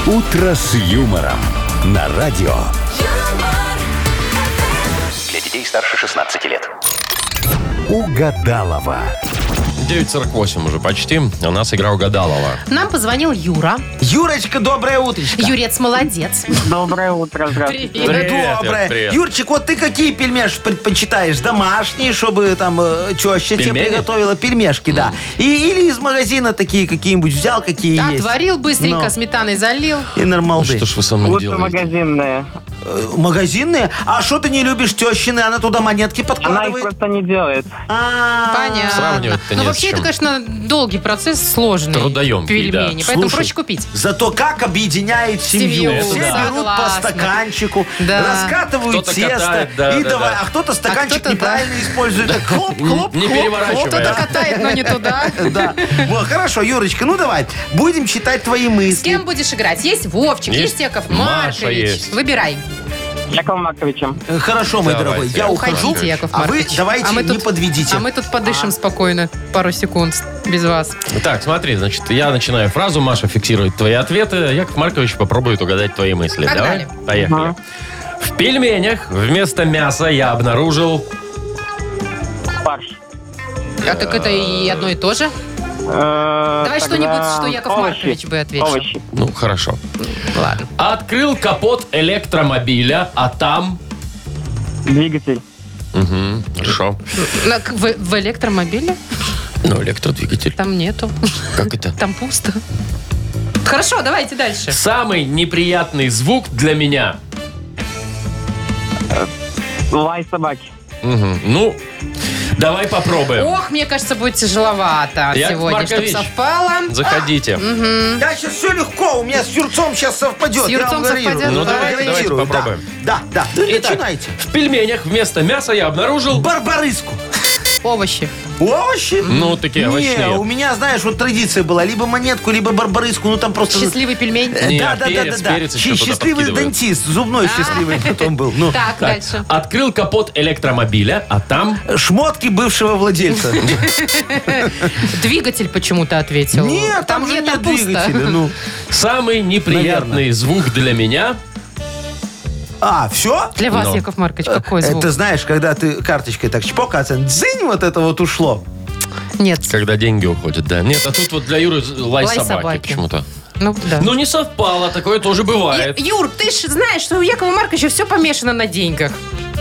A: «Утро с юмором» на радио.
E: Для детей старше 16 лет.
A: Угадалова.
B: 948 уже почти. У нас игра угадалова.
C: Нам позвонил Юра.
D: Юрочка, доброе утречко.
C: Юрец молодец.
I: Доброе утро, здравствуйте.
C: Привет.
B: Привет,
D: Доброе.
B: привет.
D: Юрчик, вот ты какие пельмеш предпочитаешь? Домашние, чтобы там э, теща тебе
B: Пельмени?
D: приготовила пельмешки, да. И, или из магазина такие какие-нибудь взял, какие есть.
C: Отварил быстренько,
D: Но.
C: сметаной залил.
D: И нормалды.
B: Что ж вы со мной
I: Лучше
B: делаете?
I: магазинные.
D: Э, Магазинные? А что ты не любишь тещины? Она туда монетки
C: А
I: Она их
D: подкладывает.
I: просто не делает.
D: А,
C: Понятно.
B: Сравнивать-то
C: Ну,
B: не с
C: вообще, это,
B: чем.
C: конечно, долгий процесс, сложный.
B: Трудоемкий, да.
C: Пельмени, поэтому
D: Слушай,
C: проще купить.
D: Зато как объединяет семью.
C: Семью,
D: Все
B: да.
D: берут по
C: согласна.
D: стаканчику,
C: Да.
D: раскатывают
B: Кто-то
D: тесто.
B: катает, да,
D: и
B: да,
D: давай,
B: да.
D: а кто-то стаканчик
C: кто-то, да.
D: неправильно использует. Так Хлоп, хлоп,
B: Не
D: хлоп,
B: переворачивая.
D: хлоп.
C: Кто-то катает, но не туда.
D: Да. Вот, хорошо, Юрочка, ну давай, будем читать твои
C: С
D: мысли.
C: кем будешь играть? Есть Вовчик,
B: Есть
C: есть Яков
B: Маша
C: Маркович.
B: есть.
C: Выбирай.
I: Яковом Марковичем.
D: Э, Хорошо, мой
B: Давайте.
D: дорогой, я ухожу.
C: Уходите, Яков
D: А вы
C: Маркович.
D: давайте
C: А мы
D: не
C: тут-
D: подведите.
C: А мы тут подышим спокойно пару секунд без вас.
B: Так, смотри, значит, я начинаю фразу, Маша фиксирует твои ответы, Яков Маркович попробует угадать твои мысли.
C: Погнали.
B: Давай, поехали. В пельменях вместо мяса я обнаружил...
I: Фарш. Э,
C: А так это и одно и то же? Давай
J: Давай
C: что-нибудь, что Яков Маркович бы ответил.
J: Овощи.
B: Ну, хорошо.
C: Ладно.
B: Открыл капот электромобиля, а там...
J: Двигатель.
B: Мгм, хорошо.
C: На- к- В, в электромобиле?
B: Ну, электродвигатель.
C: Там нету.
B: Как это?
C: Там пусто. Хорошо, давайте дальше.
B: Самый неприятный звук для меня.
J: Лай собаки.
B: Мгм, Ну, давай попробуем.
C: Ох, мне кажется, будет тяжеловато
B: Яков
C: сегодня, чтобы
B: Маркович.
C: совпало.
B: Заходите.
D: Да, сейчас все легко, у меня с Юрцом сейчас совпадет.
C: С
D: я
C: Юрцом
D: вам говорю.
C: совпадет?
B: Ну, давайте, давайте
D: Гарантирую, да.
B: попробуем.
D: Да, да. Ну,
B: Итак,
D: начинайте.
B: в пельменях вместо мяса я обнаружил...
D: Барбарыску.
C: Овощи.
D: Овощи?
B: Ну, такие
D: Не,
B: овощные.
D: у меня, знаешь, вот традиция была, либо монетку, либо барбарыску, ну там просто...
C: Счастливый пельмень.
D: Э,
B: Не, а
D: да, да, да, да,
B: перец,
D: да.
B: перец еще
D: Щ-
B: туда
D: Счастливый
B: подкидывают.
D: дантист,
C: А.
D: зубной счастливый потом был. Ну,
C: Так, дальше.
B: Открыл капот электромобиля, а там...
D: шмотки бывшего владельца.
C: Двигатель почему-то ответил.
D: Нет, там же
C: нет,
D: нет
C: пусто.
D: двигателя. ну.
B: Самый неприятный
D: Наверное.
B: звук для меня.
D: А, все?
C: Для вас,
B: Но.
C: Яков Маркович, какой звук?
D: Э, Это знаешь, когда ты карточкой так чпокаться, дзынь, вот это вот ушло.
C: Нет.
B: Когда деньги уходят, да. Нет, а тут вот для Юры лай,
C: Лай
B: собаки,
C: собаки.
B: почему-то.
C: Ну, да.
B: Ну, не совпало, такое тоже
D: а
C: Ю-
B: бывает.
C: Юр, ты ж знаешь, что у Якова Марковича все помешано на деньгах.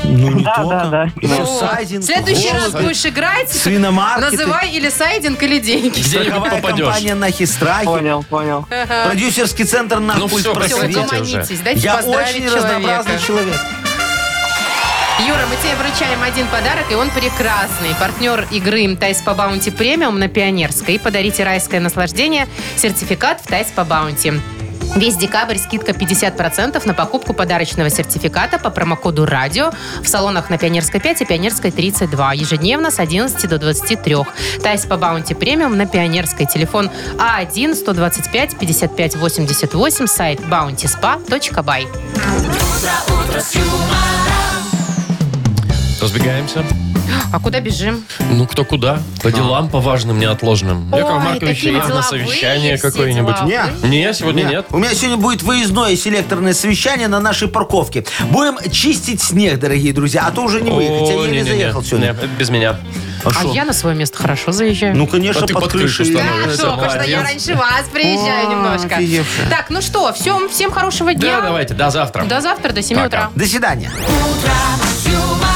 D: Ну, не
J: Да,
D: только.
J: да, да.
D: Еще
C: Вот.
D: сайдинг,
C: В Ну, следующий раз
D: голод,
C: будешь играть,
D: свиномаркеты.
C: называй или сайдинг, или деньги.
B: Где-нибудь
D: Страховая компания
B: попадешь.
D: на хистрахе.
J: Понял, понял.
D: Продюсерский центр на
B: Ну,
D: пульт
B: всё,
C: Все,
B: Простите
D: просвета.
C: угомонитесь, дайте
D: Я
C: поздравить
D: очень
C: человека.
D: разнообразный человек.
C: Юра, мы тебе вручаем один подарок, и он прекрасный. Партнер игры «Тайс по баунти премиум» на Пионерской. Подарите райское наслаждение, сертификат в «Тайс по баунти». Весь декабрь скидка 50% на покупку подарочного сертификата по промокоду «Радио» в салонах на Пионерской 5 и Пионерской 32. Ежедневно с 11 до 23. Тайс по баунти премиум на Пионерской. Телефон А А1-125-55-88, сайт bountyspa.by.
B: Разбегаемся.
C: А куда бежим?
B: Ну, кто куда? По делам, по важным, неотложным.
C: Ой,
B: Яков Маркович,
C: такие
B: я на
C: деловые
B: совещание
C: все
B: какое-нибудь.
C: деловые.
B: Не, сегодня Ну, нет.
D: У меня сегодня будет выездное селекторное совещание на нашей парковке. Будем чистить снег, дорогие друзья, а то уже не выехать. Я
B: О,
D: еле
B: не-не-не.
D: заехал сегодня.
B: Не, без меня.
C: А
D: шо?
C: я на свое место хорошо заезжаю.
D: Ну, конечно,
B: А ты под крышу
D: крышей.
B: становишься.
C: да, что, потому что я
B: молодец.
C: раньше вас приезжаю
D: А,
C: немножко.
D: офигевшая.
C: Так, ну что, всем, всем хорошего дня.
B: Да, давайте, до завтра.
C: До завтра, до 7
B: Пока.
C: утра.
D: До свидания.
K: Юмор.